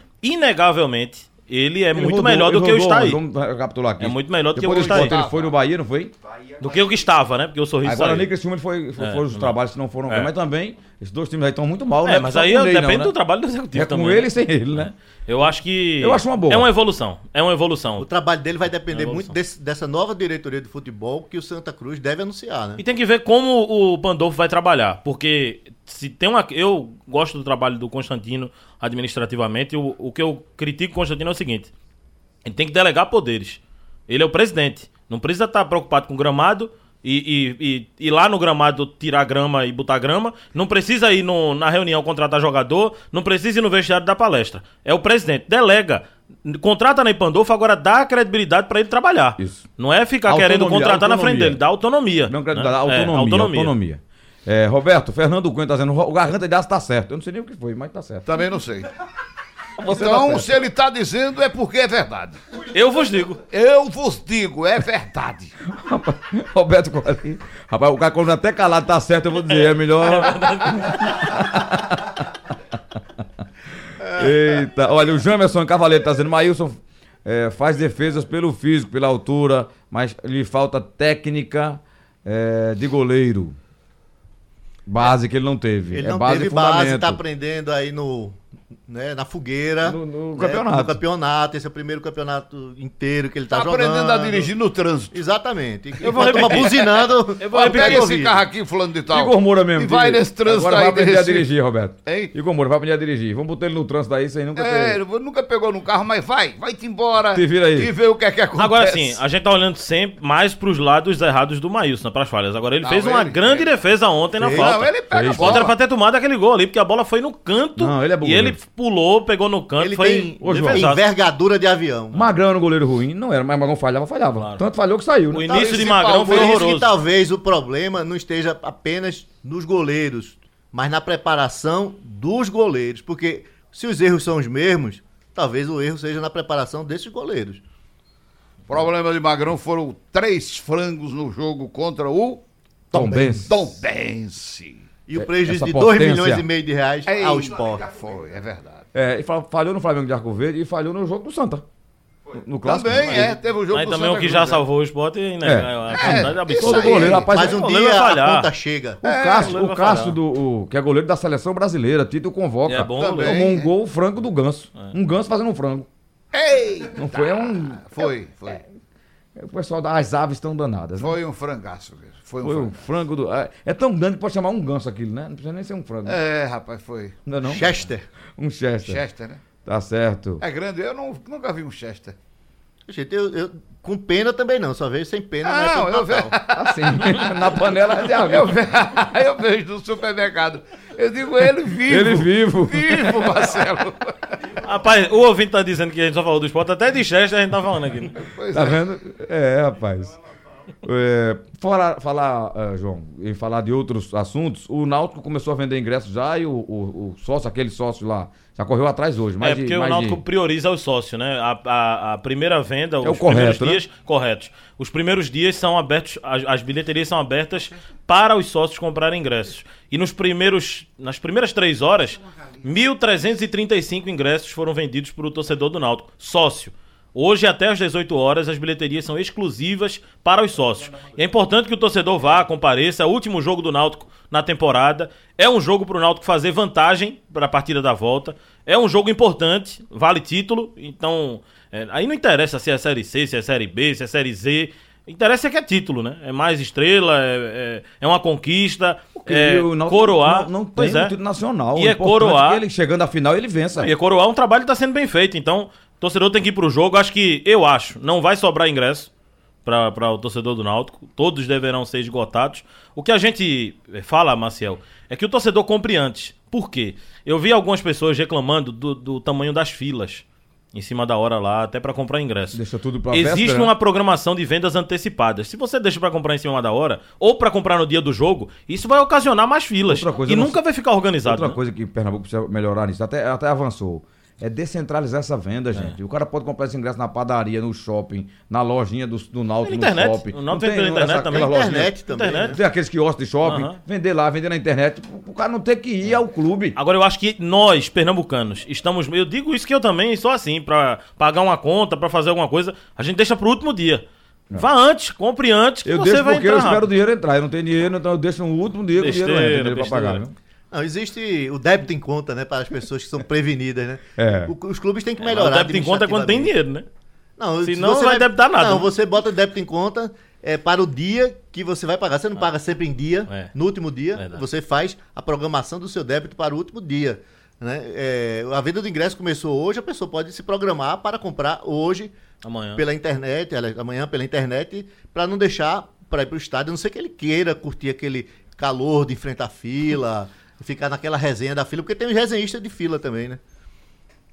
[SPEAKER 7] inegavelmente, ele é
[SPEAKER 3] Ele
[SPEAKER 7] muito
[SPEAKER 3] rodou,
[SPEAKER 7] melhor do
[SPEAKER 3] ele
[SPEAKER 7] que o que
[SPEAKER 3] rodou,
[SPEAKER 7] está aí.
[SPEAKER 3] mas Vamos recapitular aqui.
[SPEAKER 7] É muito melhor do que o
[SPEAKER 3] Depois
[SPEAKER 7] que está
[SPEAKER 3] esporte,
[SPEAKER 7] aí.
[SPEAKER 3] Ele foi no Bahia, não foi?
[SPEAKER 7] Do que o que estava, né? Porque o sorriso
[SPEAKER 3] Agora
[SPEAKER 7] saiu.
[SPEAKER 3] nem Criciúma ele foi, foi,
[SPEAKER 7] É,
[SPEAKER 3] foram os
[SPEAKER 7] não.
[SPEAKER 3] trabalhos que não foram.
[SPEAKER 7] É.
[SPEAKER 3] Mas também, esses dois times aí estão muito mal, né?
[SPEAKER 7] É, mas
[SPEAKER 3] Só
[SPEAKER 7] aí
[SPEAKER 3] com o Ney não,
[SPEAKER 7] depende
[SPEAKER 3] né?
[SPEAKER 7] do trabalho do executivo
[SPEAKER 3] É com
[SPEAKER 7] também.
[SPEAKER 3] ele
[SPEAKER 7] né?
[SPEAKER 3] e sem ele, né?
[SPEAKER 7] Eu acho que.
[SPEAKER 3] Eu acho uma boa.
[SPEAKER 7] É uma evolução. É uma
[SPEAKER 6] O
[SPEAKER 7] evolução.
[SPEAKER 6] trabalho dele vai depender
[SPEAKER 7] É uma
[SPEAKER 6] muito
[SPEAKER 7] evolução.
[SPEAKER 6] desse- dessa nova diretoria de futebol que o Santa Cruz deve anunciar, né?
[SPEAKER 7] E tem que ver como o Pandolfo vai trabalhar. Porque se tem uma. Eu gosto do trabalho do Constantino administrativamente. O, o que eu critico o Constantino é o seguinte: ele tem que delegar poderes. Ele é o presidente. Não precisa estar preocupado com gramado. E, e, e- ir lá no gramado tirar grama e botar grama. Não precisa ir no- na reunião contratar jogador. Não precisa ir no vestiário dar palestra. É o presidente. Delega. Contrata Ney Pandolfo, agora dá credibilidade para ele trabalhar.
[SPEAKER 3] Isso.
[SPEAKER 7] Não é ficar
[SPEAKER 3] Autonomia,
[SPEAKER 7] querendo contratar na frente
[SPEAKER 3] autonomia.
[SPEAKER 7] dele. Dá autonomia.
[SPEAKER 3] Não
[SPEAKER 7] né?
[SPEAKER 3] credibilidade,
[SPEAKER 7] É,
[SPEAKER 3] autonomia, autonomia. É, Roberto, Fernando Cunha tá dizendo, o Garganta de Aço tá certo. Eu não sei nem o que foi, mas tá certo.
[SPEAKER 4] Também não sei.
[SPEAKER 3] Você tá
[SPEAKER 4] então,
[SPEAKER 3] certo.
[SPEAKER 4] se ele tá dizendo, é porque é verdade.
[SPEAKER 7] Eu vos digo.
[SPEAKER 4] Eu vos digo, é verdade.
[SPEAKER 3] Rapaz, Roberto Colim. Rapaz, o cara quando até calado tá certo, eu vou dizer, é melhor. Eita, olha, o Jamerson Cavaleiro tá dizendo, Maílson eh, faz defesas pelo físico, pela altura, mas lhe falta técnica eh, de goleiro. Base que ele não teve.
[SPEAKER 6] Ele
[SPEAKER 3] é
[SPEAKER 6] não
[SPEAKER 3] base e
[SPEAKER 6] teve base,
[SPEAKER 3] fundamento.
[SPEAKER 6] tá aprendendo aí no, né, na fogueira.
[SPEAKER 3] No- no
[SPEAKER 6] né,
[SPEAKER 3] campeonato.
[SPEAKER 6] No campeonato, esse é o primeiro campeonato inteiro que ele tá,
[SPEAKER 4] Tá
[SPEAKER 6] jogando.
[SPEAKER 4] aprendendo a dirigir no trânsito.
[SPEAKER 6] Exatamente. E
[SPEAKER 7] Eu vou
[SPEAKER 6] a turma
[SPEAKER 7] repetir.
[SPEAKER 6] buzinando.
[SPEAKER 7] Eu vou
[SPEAKER 4] Olha,
[SPEAKER 7] repetir.
[SPEAKER 4] pega esse
[SPEAKER 6] Covid.
[SPEAKER 4] carro aqui, fulano de tal.
[SPEAKER 3] Igor Moura mesmo.
[SPEAKER 4] E vai
[SPEAKER 3] diga.
[SPEAKER 4] nesse trânsito
[SPEAKER 3] Agora vai
[SPEAKER 4] aí de
[SPEAKER 3] aprender a
[SPEAKER 4] Recife.
[SPEAKER 3] dirigir, Roberto.
[SPEAKER 4] Hein?
[SPEAKER 3] Igor Moura, vai aprender a dirigir. Vamos botar ele no trânsito aí sem nunca
[SPEAKER 4] É,
[SPEAKER 3] ter...
[SPEAKER 4] ele nunca pegou no carro, mas vai, vai-te embora.
[SPEAKER 3] Te vira aí.
[SPEAKER 4] E vê o que é que acontece.
[SPEAKER 7] Agora sim, a gente tá olhando sempre mais pros lados errados do Maílson, né, pras falhas. Agora ele
[SPEAKER 4] Não,
[SPEAKER 7] fez uma
[SPEAKER 4] ele- é.
[SPEAKER 7] grande defesa ontem na
[SPEAKER 4] Não,
[SPEAKER 7] falta.
[SPEAKER 4] ele pega a
[SPEAKER 7] O outro era pra
[SPEAKER 4] bola.
[SPEAKER 7] ter tomado aquele gol ali, porque a bola foi no canto.
[SPEAKER 3] Não, ele é bom
[SPEAKER 7] e ele
[SPEAKER 3] goleiro.
[SPEAKER 7] pulou, pegou no canto,
[SPEAKER 6] Ele
[SPEAKER 7] foi
[SPEAKER 6] tem
[SPEAKER 7] um
[SPEAKER 3] João.
[SPEAKER 7] defesaço.
[SPEAKER 6] envergadura de avião.
[SPEAKER 3] Magrão era um goleiro ruim, não era, mas Magrão falhava, falhava.
[SPEAKER 7] Claro.
[SPEAKER 3] Tanto falhou que saiu,
[SPEAKER 7] O
[SPEAKER 3] né?
[SPEAKER 7] início
[SPEAKER 4] tá Esse
[SPEAKER 7] de Magrão foi
[SPEAKER 6] Por isso
[SPEAKER 7] horroroso.
[SPEAKER 6] que talvez o problema não esteja apenas nos goleiros, mas na preparação dos goleiros. Porque se os erros são os mesmos, talvez o erro seja na preparação desses goleiros.
[SPEAKER 4] Problema de Magrão foram três frangos no jogo contra o
[SPEAKER 3] Tombense.
[SPEAKER 4] Tombense.
[SPEAKER 6] E o
[SPEAKER 3] É, essa
[SPEAKER 6] prejuízo de 2
[SPEAKER 3] potência.
[SPEAKER 6] milhões e meio de reais
[SPEAKER 4] É
[SPEAKER 6] ao esporte.
[SPEAKER 4] Foi, é verdade.
[SPEAKER 3] É, e fa- falhou no Flamengo de Arco Verde e falhou no jogo do Santa. No clássico. né?
[SPEAKER 4] Também, é, teve o jogo
[SPEAKER 7] Mas
[SPEAKER 4] do
[SPEAKER 7] também
[SPEAKER 4] Santa
[SPEAKER 7] o que já
[SPEAKER 4] Cruz, né?
[SPEAKER 7] salvou o esporte, né? A quantidade
[SPEAKER 4] É,
[SPEAKER 7] absurda.
[SPEAKER 3] Todo
[SPEAKER 4] Isso aí.
[SPEAKER 3] goleiro, rapaz.
[SPEAKER 6] Mas
[SPEAKER 3] o
[SPEAKER 6] um
[SPEAKER 7] goleiro
[SPEAKER 6] dia
[SPEAKER 7] vai
[SPEAKER 6] a
[SPEAKER 7] é falhar.
[SPEAKER 6] conta chega.
[SPEAKER 3] Cássio,
[SPEAKER 7] goleiro
[SPEAKER 3] o
[SPEAKER 7] vai
[SPEAKER 3] Cássio
[SPEAKER 7] falhar.
[SPEAKER 3] do, o- que é goleiro da seleção brasileira, Tito convoca.
[SPEAKER 7] É bom É.
[SPEAKER 3] Tomou
[SPEAKER 7] goleiro.
[SPEAKER 3] um gol frango do Ganso. Um Ganso fazendo um frango.
[SPEAKER 4] Ei!
[SPEAKER 3] Não foi, é um. é
[SPEAKER 4] Foi, foi.
[SPEAKER 3] O pessoal das aves estão danadas. Né?
[SPEAKER 4] Foi um frangaço mesmo. Foi um
[SPEAKER 3] Foi um
[SPEAKER 4] frangaço.
[SPEAKER 3] frango do. É é tão grande que pode chamar um ganso aquilo, né? Não precisa nem ser um frango. né?
[SPEAKER 4] É, rapaz, foi.
[SPEAKER 3] Não é não?
[SPEAKER 6] Chester.
[SPEAKER 3] Um Chester.
[SPEAKER 4] Chester, né?
[SPEAKER 3] Tá certo.
[SPEAKER 4] É grande. Eu não- nunca vi um Chester.
[SPEAKER 6] Gente, eu, eu- com pena também não, só vejo sem pena.
[SPEAKER 4] Ah,
[SPEAKER 6] Não, é
[SPEAKER 4] eu
[SPEAKER 6] todo Natal.
[SPEAKER 3] Assim, na panela de
[SPEAKER 4] Eu,
[SPEAKER 3] avião.
[SPEAKER 4] ve- eu vejo no supermercado. Eu digo, ele vivo.
[SPEAKER 3] Ele vivo.
[SPEAKER 4] Vivo, Marcelo.
[SPEAKER 7] Rapaz, o ouvinte tá dizendo que a gente só falou do esporte, até de Chester a gente tá falando aqui. né?
[SPEAKER 4] Pois
[SPEAKER 3] Tá
[SPEAKER 4] é.
[SPEAKER 3] vendo? É, rapaz. É, fora- falar, ah, João, em falar de outros assuntos, o Náutico começou a vender ingressos já e o, o- o sócio, aquele sócio lá, já correu atrás hoje. Mais
[SPEAKER 7] é,
[SPEAKER 3] de-
[SPEAKER 7] porque o
[SPEAKER 3] mais de-
[SPEAKER 7] Náutico prioriza os sócios, né? A, a- a primeira venda,
[SPEAKER 3] o
[SPEAKER 7] os primeiros
[SPEAKER 3] correto, né?
[SPEAKER 7] dias, corretos. Os primeiros dias são abertos, as, as bilheterias são abertas para os sócios comprarem ingressos. E nos primeiros, nas primeiras três horas, 1.335 ingressos foram vendidos para o torcedor do Náutico, sócio. Hoje, até às 18 horas, as bilheterias são exclusivas para os sócios. E é importante que o torcedor vá, compareça. É o último jogo do Náutico na temporada. É um jogo para o Náutico fazer vantagem para a partida da volta. É um jogo importante, vale título. Então, é, aí não interessa se é Série C, se é Série B, se é Série Z. Interessa é que é título, né? É mais estrela, é, é- é uma conquista,
[SPEAKER 3] Porque
[SPEAKER 7] é
[SPEAKER 3] o Náutico
[SPEAKER 7] coroar.
[SPEAKER 3] Não, não tem
[SPEAKER 7] Pois
[SPEAKER 3] um
[SPEAKER 7] é.
[SPEAKER 3] título nacional.
[SPEAKER 7] E
[SPEAKER 3] O
[SPEAKER 7] é
[SPEAKER 3] importante
[SPEAKER 7] coroar-
[SPEAKER 3] que Ele, chegando à final, ele vença.
[SPEAKER 7] E coroar um trabalho que está sendo bem feito. Então, o torcedor tem que ir pro jogo. Acho que, eu acho, não vai sobrar ingresso para o torcedor do Náutico. Todos deverão ser esgotados. O que a gente eh, fala, Maciel, é que o torcedor compre antes. Por quê? Eu vi algumas pessoas reclamando do, do tamanho das filas em cima da hora lá, até para comprar ingresso.
[SPEAKER 3] Deixa tudo pra
[SPEAKER 7] Existe
[SPEAKER 3] véspera, né?
[SPEAKER 7] uma programação de vendas antecipadas. Se você deixa para comprar em cima da hora ou para comprar no dia do jogo, isso vai ocasionar mais filas
[SPEAKER 3] Outra coisa,
[SPEAKER 7] e
[SPEAKER 3] eu não
[SPEAKER 7] nunca
[SPEAKER 3] sei-
[SPEAKER 7] vai ficar organizado.
[SPEAKER 3] Outra
[SPEAKER 7] né?
[SPEAKER 3] coisa que Pernambuco precisa melhorar nisso, até, até avançou, é descentralizar essa
[SPEAKER 7] É.
[SPEAKER 3] venda, gente. O cara pode comprar esse ingresso na padaria, no shopping, na lojinha do, do Náutico,
[SPEAKER 7] Pela internet.
[SPEAKER 3] no shopping.
[SPEAKER 7] O Náutico vende pela
[SPEAKER 3] essa-
[SPEAKER 7] internet também.
[SPEAKER 3] aquela lojinha.
[SPEAKER 6] Internet também.
[SPEAKER 7] Internet.
[SPEAKER 6] né?
[SPEAKER 3] Tem aqueles quiosques de shopping,
[SPEAKER 7] Aham.
[SPEAKER 3] vender lá, vender na internet, o cara não ter que ir ao clube.
[SPEAKER 7] Agora eu acho que nós, pernambucanos, estamos. Eu digo isso que eu também sou assim, pra pagar uma conta, pra fazer alguma coisa, a gente deixa pro último dia. Vá antes, compre antes, que
[SPEAKER 3] Eu
[SPEAKER 7] você
[SPEAKER 3] deixo
[SPEAKER 7] vai
[SPEAKER 3] porque eu
[SPEAKER 7] entrar.
[SPEAKER 3] espero o
[SPEAKER 7] rápido.
[SPEAKER 3] dinheiro entrar. Eu não tenho dinheiro, então eu deixo no último dia que o dinheiro entra
[SPEAKER 7] Besteira,
[SPEAKER 3] entendeu, pra
[SPEAKER 7] besteira.
[SPEAKER 3] pagar. viu?
[SPEAKER 6] Não, existe o débito em conta, né? Para as pessoas que são prevenidas, né?
[SPEAKER 3] É.
[SPEAKER 6] O- os clubes têm que
[SPEAKER 7] Mas
[SPEAKER 6] melhorar.
[SPEAKER 7] o débito em conta é quando tem
[SPEAKER 6] administrativamente.
[SPEAKER 7] dinheiro, né?
[SPEAKER 6] Não,
[SPEAKER 7] Se
[SPEAKER 6] se
[SPEAKER 7] não,
[SPEAKER 6] você
[SPEAKER 7] vai debitar nada. né?
[SPEAKER 6] Não, você bota débito em conta é, para o dia que você vai pagar. Você não paga sempre em dia,
[SPEAKER 7] Ah. É.
[SPEAKER 6] no último dia.
[SPEAKER 7] Verdade.
[SPEAKER 6] Você faz a programação do seu débito para o último dia. Né? É, a venda do ingresso começou hoje, a pessoa pode se programar para comprar hoje
[SPEAKER 7] Amanhã.
[SPEAKER 6] pela internet, aliás, amanhã pela internet, para não deixar para ir para o estádio, a não ser que ele queira curtir aquele calor de enfrentar a fila, ficar naquela resenha da fila, porque tem os resenhistas de fila também, né?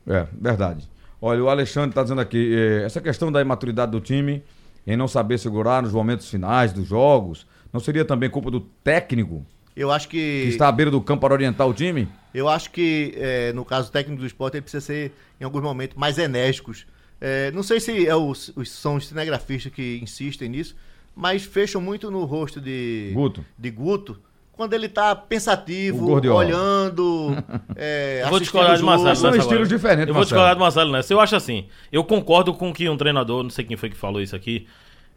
[SPEAKER 3] É, verdade. Olha, o Alexandre está dizendo aqui, eh, essa questão da imaturidade do time, em não saber segurar nos momentos finais dos jogos, não seria também culpa do técnico
[SPEAKER 6] Eu acho que.
[SPEAKER 3] que está à beira do campo para orientar o time?
[SPEAKER 6] Eu acho que, é, no caso técnico do esporte, ele precisa ser, em alguns momentos, mais enérgicos. É, não sei se é os, os- são os cinegrafistas que insistem nisso, mas fecham muito no rosto de
[SPEAKER 3] Guto.
[SPEAKER 6] de Guto quando ele está
[SPEAKER 3] O
[SPEAKER 6] pensativo,
[SPEAKER 3] Gordiola.
[SPEAKER 6] olhando, é,
[SPEAKER 7] Eu vou
[SPEAKER 6] assistindo
[SPEAKER 7] discordar
[SPEAKER 6] o
[SPEAKER 7] de
[SPEAKER 6] jogo.
[SPEAKER 7] Marcelo.
[SPEAKER 3] São
[SPEAKER 7] nessa
[SPEAKER 3] estilos
[SPEAKER 7] agora.
[SPEAKER 3] diferentes,
[SPEAKER 7] Eu vou
[SPEAKER 3] um Marcelo.
[SPEAKER 7] discordar de Marcelo nessa. Eu acho assim. Eu concordo com que um treinador, não sei quem foi que falou isso aqui,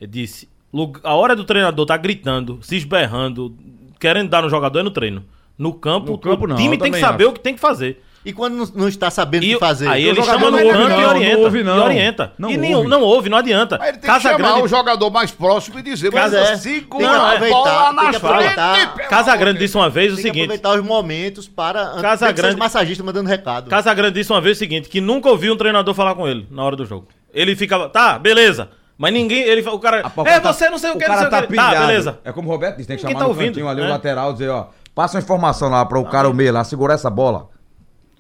[SPEAKER 7] disse: "Lu- a hora do treinador tá gritando, se esberrando, querendo dar no jogador é no treino. No campo,
[SPEAKER 3] No campo,
[SPEAKER 7] o
[SPEAKER 3] não,
[SPEAKER 7] time
[SPEAKER 3] eu
[SPEAKER 7] tem que
[SPEAKER 3] também
[SPEAKER 7] saber
[SPEAKER 3] acho.
[SPEAKER 7] o que tem que fazer.
[SPEAKER 6] E quando não, não está sabendo o
[SPEAKER 7] E
[SPEAKER 6] que fazer?
[SPEAKER 7] Aí
[SPEAKER 3] O
[SPEAKER 7] ele
[SPEAKER 3] jogador
[SPEAKER 7] chama no
[SPEAKER 3] não ouve,
[SPEAKER 7] canto e
[SPEAKER 3] não,
[SPEAKER 7] orienta.
[SPEAKER 3] não ouve, não.
[SPEAKER 7] E orienta.
[SPEAKER 3] Não
[SPEAKER 7] e
[SPEAKER 3] ouve.
[SPEAKER 7] nenhum, não ouve, não adianta.
[SPEAKER 4] Mas ele tem
[SPEAKER 7] Casa
[SPEAKER 4] que chamar
[SPEAKER 7] Grande.
[SPEAKER 4] o jogador mais próximo e dizer,
[SPEAKER 6] Pois
[SPEAKER 4] mas
[SPEAKER 6] é.
[SPEAKER 4] segura
[SPEAKER 7] Tem que
[SPEAKER 4] a bola
[SPEAKER 6] aproveitar, tem
[SPEAKER 4] na
[SPEAKER 6] que
[SPEAKER 4] frente.
[SPEAKER 6] aproveitar.
[SPEAKER 4] pelo
[SPEAKER 7] Casa
[SPEAKER 4] amor
[SPEAKER 7] Grande
[SPEAKER 4] de
[SPEAKER 7] disse uma vez
[SPEAKER 6] Tem
[SPEAKER 7] o
[SPEAKER 6] que
[SPEAKER 7] seguinte.
[SPEAKER 6] aproveitar os momentos para...
[SPEAKER 7] Casa
[SPEAKER 6] tem que ser
[SPEAKER 7] Grande-
[SPEAKER 6] os massagistas mandando recado.
[SPEAKER 7] Casa Grande disse uma vez o seguinte, que nunca ouviu um treinador falar com ele na hora do jogo. Ele ficava, tá, beleza. Mas ninguém, ele, fa- o cara,
[SPEAKER 3] Ah, pá, o
[SPEAKER 7] é
[SPEAKER 3] cara tá-
[SPEAKER 7] você não sei o que, não
[SPEAKER 3] cara
[SPEAKER 7] sei o
[SPEAKER 3] tá
[SPEAKER 7] que. Tá,
[SPEAKER 3] pilhado.
[SPEAKER 7] beleza.
[SPEAKER 3] É como o Roberto disse, tem que
[SPEAKER 7] Ninguém
[SPEAKER 3] chamar
[SPEAKER 7] tá
[SPEAKER 3] no
[SPEAKER 7] ouvindo,
[SPEAKER 3] cantinho ali,
[SPEAKER 7] né? Tá
[SPEAKER 3] o lateral, dizer, ó, passa uma informação lá para o cara, o meio lá, segurar essa bola.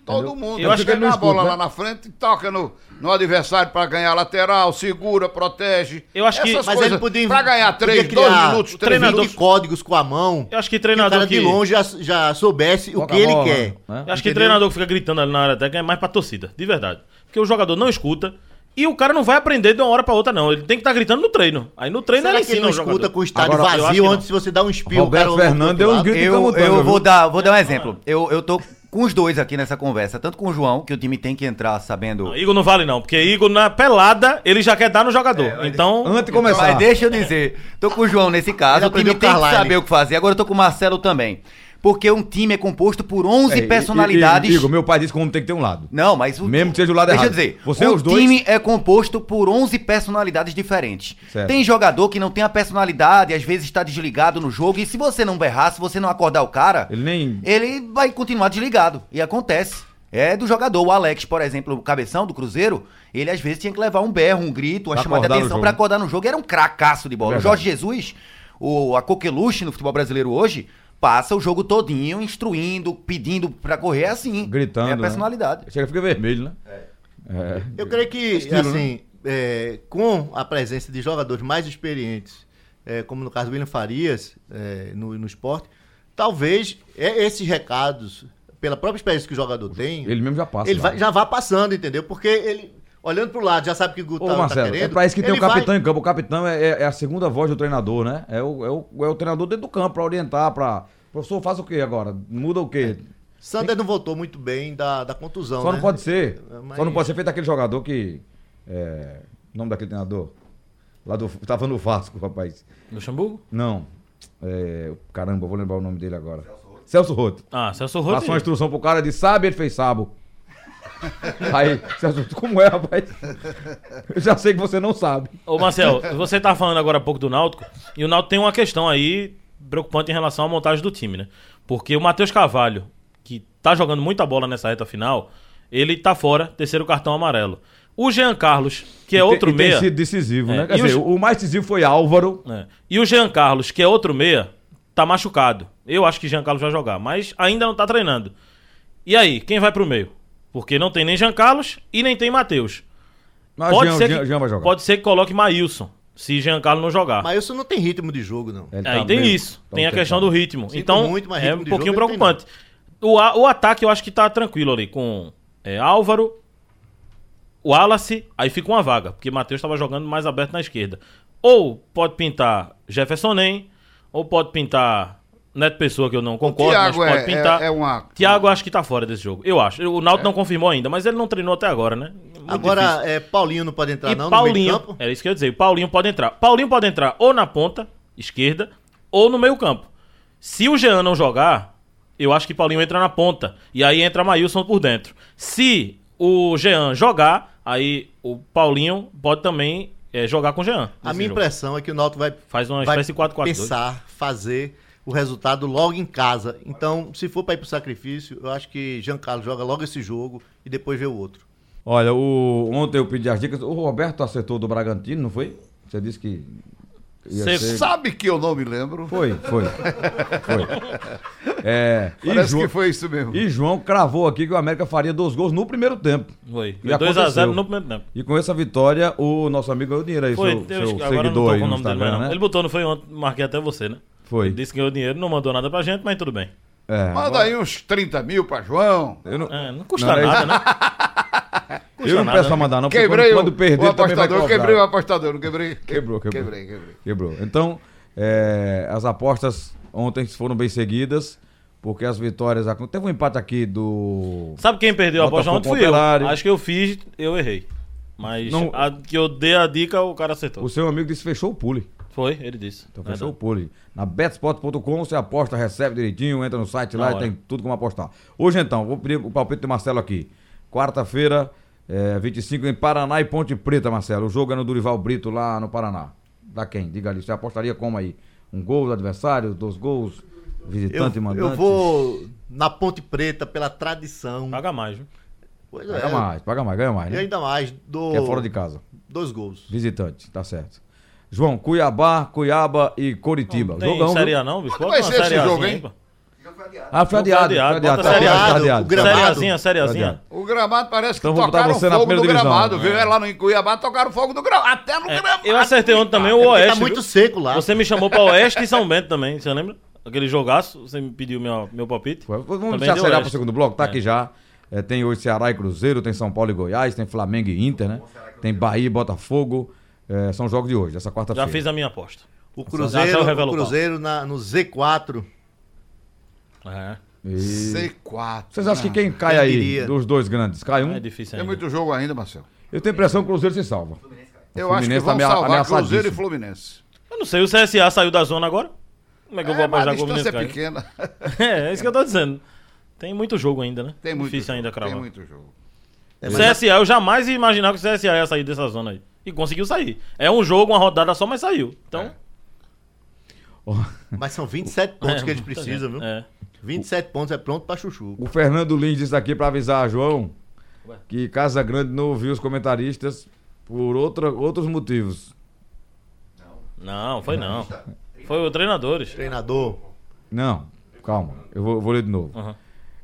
[SPEAKER 4] Todo mundo.
[SPEAKER 7] Eu acho que
[SPEAKER 4] pega
[SPEAKER 3] ele não
[SPEAKER 4] a bola
[SPEAKER 3] escuta,
[SPEAKER 4] lá na frente, toca no, no adversário pra ganhar lateral, segura, protege.
[SPEAKER 7] Eu acho que-
[SPEAKER 4] Essas
[SPEAKER 6] Mas
[SPEAKER 4] coisas,
[SPEAKER 6] ele podia
[SPEAKER 4] pra ganhar
[SPEAKER 6] podia
[SPEAKER 4] três, dois
[SPEAKER 6] criar
[SPEAKER 4] minutos,
[SPEAKER 7] o
[SPEAKER 4] três
[SPEAKER 7] treinador-
[SPEAKER 4] minutos.
[SPEAKER 6] 20 códigos com a mão.
[SPEAKER 7] Eu acho que
[SPEAKER 6] que o
[SPEAKER 7] treinador
[SPEAKER 6] cara
[SPEAKER 7] que...
[SPEAKER 6] de longe já, já soubesse o
[SPEAKER 3] Toca
[SPEAKER 6] que
[SPEAKER 3] a
[SPEAKER 6] ele
[SPEAKER 3] bola, né?
[SPEAKER 6] quer.
[SPEAKER 7] Eu acho que
[SPEAKER 6] Entendeu?
[SPEAKER 7] treinador que fica gritando ali na área técnica é mais pra torcida, de verdade. Porque o jogador não escuta e o cara não vai aprender de uma hora pra outra, não. Ele tem que estar gritando no treino. Aí no treino
[SPEAKER 6] Será
[SPEAKER 7] ele
[SPEAKER 6] que ele
[SPEAKER 7] ensina
[SPEAKER 6] não
[SPEAKER 7] o jogador.
[SPEAKER 6] escuta com o estádio
[SPEAKER 3] Agora,
[SPEAKER 7] eu acho que
[SPEAKER 6] vazio
[SPEAKER 7] não.
[SPEAKER 6] antes de você dar um espio?
[SPEAKER 3] Roberto
[SPEAKER 6] o
[SPEAKER 3] Fernandes deu uns gritos.
[SPEAKER 8] Eu,
[SPEAKER 3] Tamo tamo,
[SPEAKER 8] eu vou,
[SPEAKER 3] viu?
[SPEAKER 8] dar, vou dar um exemplo. Eu, eu tô com os dois aqui nessa conversa. Tanto com o João, que o time tem que entrar sabendo.
[SPEAKER 7] Não, Igor não vale não, porque Igor na pelada ele já quer dar no jogador.
[SPEAKER 6] um
[SPEAKER 7] então,
[SPEAKER 3] É, Antes de começar.
[SPEAKER 8] Mas deixa eu dizer, tô com o João nesse
[SPEAKER 6] Ele
[SPEAKER 8] caso, o time
[SPEAKER 6] aprendeu
[SPEAKER 8] tem que
[SPEAKER 6] Carlyle.
[SPEAKER 8] saber o que fazer. Agora eu tô com o Marcelo também. Porque um time é composto por 11
[SPEAKER 3] É, e-
[SPEAKER 8] personalidades.
[SPEAKER 3] e- Igor, meu pai disse que o homem tem que ter um lado.
[SPEAKER 8] Não, mas o
[SPEAKER 3] Mesmo que seja o lado
[SPEAKER 8] Deixa
[SPEAKER 3] errado.
[SPEAKER 8] eu dizer,
[SPEAKER 3] Você,
[SPEAKER 8] o
[SPEAKER 3] os dois-
[SPEAKER 8] time é composto por 11 personalidades diferentes.
[SPEAKER 3] Certo.
[SPEAKER 8] Tem jogador que não tem a personalidade, às vezes está desligado no jogo e se você não berrar, se você não acordar o cara,
[SPEAKER 3] Ele nem...
[SPEAKER 8] ele vai continuar desligado. E acontece. É do jogador. O Alex, por exemplo, o cabeção do Cruzeiro, ele às vezes tinha que levar um berro, um grito, uma
[SPEAKER 3] Pra
[SPEAKER 8] chamada de
[SPEAKER 3] acordar no
[SPEAKER 8] atenção
[SPEAKER 3] jogo.
[SPEAKER 8] pra acordar no jogo. Era um cracaço de bola. O
[SPEAKER 3] Verdade.
[SPEAKER 8] Jorge Jesus, o, a coqueluche no futebol brasileiro hoje, passa o jogo todinho instruindo, pedindo pra correr é assim.
[SPEAKER 3] Gritando,
[SPEAKER 8] É a
[SPEAKER 3] né?
[SPEAKER 8] personalidade.
[SPEAKER 3] Chega, fica vermelho, né? É. né?
[SPEAKER 6] Eu creio que, assim, é, com a presença de jogadores mais experientes, é, como no caso do William Farias, é, no, no esporte, talvez é, esses recados, pela própria experiência que o jogador tem,
[SPEAKER 3] Ele mesmo já passa.
[SPEAKER 6] ele
[SPEAKER 3] lá.
[SPEAKER 6] vai- já vai passando, entendeu? Porque ele, olhando pro lado, já sabe que o
[SPEAKER 3] Ô,
[SPEAKER 6] Gustavo
[SPEAKER 3] Marcelo,
[SPEAKER 6] tá querendo.
[SPEAKER 3] é pra isso que tem o
[SPEAKER 6] ele vai-
[SPEAKER 3] capitão em campo. O capitão é, é- é a segunda voz do treinador, né? É o, é o, é o treinador dentro do campo pra orientar, pra... Professor, faz o quê agora? Muda o quê?
[SPEAKER 6] Sander É, não voltou muito bem da, da contusão,
[SPEAKER 3] Só
[SPEAKER 6] né?
[SPEAKER 3] não pode ser.
[SPEAKER 6] Mas-
[SPEAKER 3] Só não pode ser feito aquele jogador que. É, o nome daquele treinador? Lá do. Tava no Vasco, rapaz.
[SPEAKER 7] Luxemburgo?
[SPEAKER 3] Não. É, caramba, eu vou lembrar o nome dele agora. Celso Roto.
[SPEAKER 7] Ah, Celso Rotti.
[SPEAKER 3] Passou uma instrução pro cara de sabe, ele fez sabo. Aí, Celso Roto, como é, rapaz? Eu já sei que você não sabe.
[SPEAKER 7] Ô, Marcel, você tá falando agora há pouco do Náutico, e o Náutico tem uma questão aí preocupante em relação à montagem do time, né? Porque o Matheus Carvalho, que tá jogando muita bola nessa reta final, ele tá fora, terceiro cartão amarelo. O Jean Carlos, que é
[SPEAKER 3] E tem-
[SPEAKER 7] outro
[SPEAKER 3] e
[SPEAKER 7] meia...
[SPEAKER 3] Tem sido decisivo,
[SPEAKER 7] É,
[SPEAKER 3] né?
[SPEAKER 7] e
[SPEAKER 3] Quer dizer,
[SPEAKER 7] os-
[SPEAKER 3] o... mais decisivo foi Álvaro.
[SPEAKER 7] É. E o Jean Carlos, que é outro meia, tá machucado. Eu acho que Jean Carlos vai jogar, mas ainda não tá treinando. E aí, quem vai pro meio? Porque não tem nem Jean Carlos e nem tem Matheus.
[SPEAKER 3] Mas
[SPEAKER 7] Pode,
[SPEAKER 3] Ah, Jean,
[SPEAKER 7] ser
[SPEAKER 3] Jean-
[SPEAKER 7] que-
[SPEAKER 3] Jean vai jogar.
[SPEAKER 7] pode ser que coloque Maílson, se Jean Carlos não jogar.
[SPEAKER 6] Mas isso não tem ritmo de jogo, não.
[SPEAKER 3] Ele
[SPEAKER 7] Aí
[SPEAKER 3] tá
[SPEAKER 7] É, tem
[SPEAKER 3] meio-
[SPEAKER 7] isso.
[SPEAKER 3] tá um
[SPEAKER 7] tem a
[SPEAKER 3] tempão.
[SPEAKER 7] questão do ritmo.
[SPEAKER 6] Sinto
[SPEAKER 7] então,
[SPEAKER 6] muito, mas
[SPEAKER 7] é
[SPEAKER 6] ritmo
[SPEAKER 7] um
[SPEAKER 6] de
[SPEAKER 7] pouquinho
[SPEAKER 6] jogo ele tem,
[SPEAKER 7] preocupante. O, a- o ataque eu acho que tá tranquilo ali com é, Álvaro, o Wallace, aí fica uma vaga, porque Matheus estava jogando mais aberto na esquerda. Ou pode pintar Jefferson Nem, ou pode pintar Neto Pessoa, que eu não concordo, mas
[SPEAKER 4] Thiago
[SPEAKER 7] pode
[SPEAKER 4] é-
[SPEAKER 7] pintar.
[SPEAKER 4] é-
[SPEAKER 6] um
[SPEAKER 4] é uma-
[SPEAKER 7] Thiago acho que tá fora desse jogo, eu acho. O Náutico não confirmou ainda, mas ele não treinou até agora, né? Muito
[SPEAKER 6] É. Agora, é, Paulinho não pode entrar,
[SPEAKER 7] e
[SPEAKER 6] não, no
[SPEAKER 7] Paulinho,
[SPEAKER 6] meio campo.
[SPEAKER 7] era isso que eu ia dizer. O Paulinho pode entrar. Paulinho pode entrar ou na ponta esquerda ou no meio-campo. Se o Jean não jogar, eu acho que Paulinho entra na ponta e aí entra Maílson por dentro. Se o Jean jogar, aí o Paulinho pode também eh, jogar com o Jean.
[SPEAKER 6] A
[SPEAKER 7] nesse
[SPEAKER 6] minha
[SPEAKER 7] jogo.
[SPEAKER 6] impressão é que o Náutico vai,
[SPEAKER 7] Faz uma
[SPEAKER 6] vai
[SPEAKER 7] espécie de 4-4-2.
[SPEAKER 6] pensar, fazer o resultado logo em casa. Então, se for para ir pro sacrifício, eu acho que Jean Carlos joga logo esse jogo e depois vê o outro.
[SPEAKER 3] Olha, o... ontem eu pedi as dicas. O Roberto acertou do Bragantino, não foi? Você disse que. ia
[SPEAKER 7] Você
[SPEAKER 3] ser-
[SPEAKER 4] Sabe que eu não me lembro?
[SPEAKER 3] Foi, foi. Foi. É, e,
[SPEAKER 4] Parece
[SPEAKER 3] João,
[SPEAKER 4] que foi isso mesmo.
[SPEAKER 3] e João cravou aqui que o América faria dois gols no primeiro tempo.
[SPEAKER 7] Foi.
[SPEAKER 3] E
[SPEAKER 7] 2x0
[SPEAKER 3] aconteceu.
[SPEAKER 7] no primeiro tempo.
[SPEAKER 3] E com essa vitória, o nosso amigo ganhou dinheiro aí,
[SPEAKER 7] Foi,
[SPEAKER 3] seu,
[SPEAKER 7] eu
[SPEAKER 3] seu
[SPEAKER 7] esque- agora eu não
[SPEAKER 3] seguidor
[SPEAKER 7] tô
[SPEAKER 3] aí
[SPEAKER 7] com o
[SPEAKER 3] no
[SPEAKER 7] nome dele mais
[SPEAKER 3] Instagram,
[SPEAKER 7] não.
[SPEAKER 3] né?
[SPEAKER 7] Ele botou, não foi ontem, marquei até você, né?
[SPEAKER 3] Foi.
[SPEAKER 7] Ele disse que ganhou dinheiro, não mandou nada pra gente, mas tudo bem.
[SPEAKER 3] É,
[SPEAKER 4] Manda aí uns 30 mil pra João.
[SPEAKER 3] eu não,
[SPEAKER 7] É, não custa
[SPEAKER 3] Não, é
[SPEAKER 7] nada, né?
[SPEAKER 3] eu não
[SPEAKER 7] nada,
[SPEAKER 3] peço
[SPEAKER 7] né?
[SPEAKER 3] pra mandar, não, porque
[SPEAKER 4] Quebrei
[SPEAKER 3] quando,
[SPEAKER 4] o,
[SPEAKER 3] quando perder
[SPEAKER 4] o
[SPEAKER 3] também vai
[SPEAKER 4] apostador,
[SPEAKER 3] cobrar.
[SPEAKER 4] quebrei o apostador, não quebrei?
[SPEAKER 3] Quebrou, quebrou.
[SPEAKER 4] Quebrei, quebrei.
[SPEAKER 3] Quebrou. Então, é, as apostas ontem foram bem seguidas, porque as vitórias... acon- Teve um empate aqui do...
[SPEAKER 7] Sabe quem perdeu a aposta
[SPEAKER 3] Botafogo
[SPEAKER 7] ontem? Fui eu.
[SPEAKER 3] Operário.
[SPEAKER 7] Acho que eu fiz, eu errei. Mas
[SPEAKER 3] Não-
[SPEAKER 7] a que eu dei a dica, o cara acertou.
[SPEAKER 3] O seu amigo disse fechou o pule.
[SPEAKER 7] Foi, ele disse. é
[SPEAKER 3] Então fechou o pule. Na betspot.com você aposta, recebe direitinho, entra no site
[SPEAKER 7] Na
[SPEAKER 3] lá e
[SPEAKER 7] hora.
[SPEAKER 3] tem tudo como apostar. Hoje então, vou pedir o palpite do Marcelo aqui. Quarta-feira, é, 25 em Paraná e Ponte Preta, Marcelo. O jogo é no Durival Brito lá no Paraná. Da quem? Diga ali, você apostaria como aí? Um gol do adversário, dois gols,
[SPEAKER 6] Eu,
[SPEAKER 3] visitante e mandante?
[SPEAKER 6] eu vou na Ponte Preta pela tradição.
[SPEAKER 7] Paga mais, viu?
[SPEAKER 6] Pois
[SPEAKER 3] Paga
[SPEAKER 6] é,
[SPEAKER 3] mais, paga mais, ganha mais,
[SPEAKER 6] E
[SPEAKER 3] né?
[SPEAKER 6] ainda mais, do,
[SPEAKER 3] Que é fora de casa.
[SPEAKER 6] dois gols.
[SPEAKER 3] Visitante, tá certo. João, Cuiabá, Cuiaba e Coritiba.
[SPEAKER 7] Tem
[SPEAKER 3] Jogão, viu?
[SPEAKER 7] Série A não, bicho?
[SPEAKER 4] Como
[SPEAKER 7] Bota
[SPEAKER 4] vai
[SPEAKER 7] uma
[SPEAKER 4] ser esse
[SPEAKER 7] Série Azinha
[SPEAKER 4] jogo,
[SPEAKER 7] aí,
[SPEAKER 4] hein?
[SPEAKER 7] pô.
[SPEAKER 3] Ah, foi adiado, foi
[SPEAKER 7] adiado,
[SPEAKER 3] adiado,
[SPEAKER 7] bota
[SPEAKER 3] tá
[SPEAKER 7] série
[SPEAKER 3] adiado,
[SPEAKER 6] A.
[SPEAKER 3] tá adiado. Tá
[SPEAKER 6] O Gramado.
[SPEAKER 7] Série Azinha, Série
[SPEAKER 3] Adiado.
[SPEAKER 7] Azinha.
[SPEAKER 4] O gramado parece que
[SPEAKER 3] Então vou botar
[SPEAKER 4] tocaram
[SPEAKER 3] você na
[SPEAKER 4] fogo no
[SPEAKER 3] primeira divisão.
[SPEAKER 4] gramado, viu? É lá no em Cuiabá tocaram fogo no gramado, até no gramado.
[SPEAKER 7] É, Eu acertei ontem também o
[SPEAKER 6] Porque
[SPEAKER 7] Oeste.
[SPEAKER 6] tá muito
[SPEAKER 7] viu?
[SPEAKER 6] seco lá.
[SPEAKER 7] Você me chamou pra Oeste e São Bento também, você lembra? Aquele jogaço, você me pediu meu, meu palpite.
[SPEAKER 3] Foi. Vamos
[SPEAKER 7] Também
[SPEAKER 3] já
[SPEAKER 7] deu
[SPEAKER 3] acelerar
[SPEAKER 7] Oeste.
[SPEAKER 3] pro segundo bloco, tá aqui já. É, tem hoje Ceará e Cruzeiro, tem São Paulo e Goiás, tem Flamengo e Inter, né? Tem Bahia e Botafogo. É, são os jogos de hoje, dessa
[SPEAKER 7] Já
[SPEAKER 3] quarta-feira.
[SPEAKER 7] fiz a minha aposta.
[SPEAKER 6] O
[SPEAKER 7] Até
[SPEAKER 6] Cruzeiro,
[SPEAKER 7] o Revelo
[SPEAKER 6] o Cruzeiro na- no Z4.
[SPEAKER 7] É,
[SPEAKER 3] E-
[SPEAKER 4] C4.
[SPEAKER 3] Vocês acham que
[SPEAKER 4] né?
[SPEAKER 3] quem cai
[SPEAKER 6] Ah, Quem
[SPEAKER 3] aí
[SPEAKER 6] diria?
[SPEAKER 3] dos dois grandes? Cai um?
[SPEAKER 7] é difícil
[SPEAKER 4] Tem
[SPEAKER 7] ainda.
[SPEAKER 4] muito jogo ainda, Marcelo.
[SPEAKER 3] Eu tenho a impressão que o Cruzeiro se salva. O
[SPEAKER 4] Eu acho que
[SPEAKER 3] Fluminense tá
[SPEAKER 4] vão
[SPEAKER 3] amea-
[SPEAKER 4] salvar Cruzeiro e
[SPEAKER 3] ameaçadíssimo.
[SPEAKER 4] Fluminense.
[SPEAKER 7] Eu não sei, o CSA saiu da zona agora? Como é que eu vou
[SPEAKER 4] É, mas a
[SPEAKER 7] apostar com o
[SPEAKER 4] distância
[SPEAKER 7] Minas,
[SPEAKER 4] é
[SPEAKER 7] cara?
[SPEAKER 4] pequena.
[SPEAKER 7] É, é isso que eu tô dizendo. Tem muito jogo ainda, né?
[SPEAKER 4] Tem muito
[SPEAKER 7] Difícil
[SPEAKER 4] jogo,
[SPEAKER 7] ainda cravar.
[SPEAKER 4] Tem muito jogo.
[SPEAKER 6] É,
[SPEAKER 7] O
[SPEAKER 6] mas
[SPEAKER 7] CSA, eu jamais ia imaginar que o CSA ia sair dessa zona aí. E conseguiu sair. É um jogo, uma rodada só, mas saiu. Então,
[SPEAKER 6] é, Mas são 27 pontos
[SPEAKER 7] É,
[SPEAKER 6] que eles
[SPEAKER 7] muita
[SPEAKER 6] precisam,
[SPEAKER 7] gente.
[SPEAKER 6] viu?
[SPEAKER 7] É.
[SPEAKER 6] 27 pontos é pronto pra chuchu.
[SPEAKER 3] O Fernando Lins disse aqui pra avisar a João que Casa Grande não ouviu os comentaristas por outra, outros motivos.
[SPEAKER 7] Não, foi não. Foi o treinadores.
[SPEAKER 6] Treinador.
[SPEAKER 3] Não, calma, eu vou, eu vou ler de novo.
[SPEAKER 7] Aham.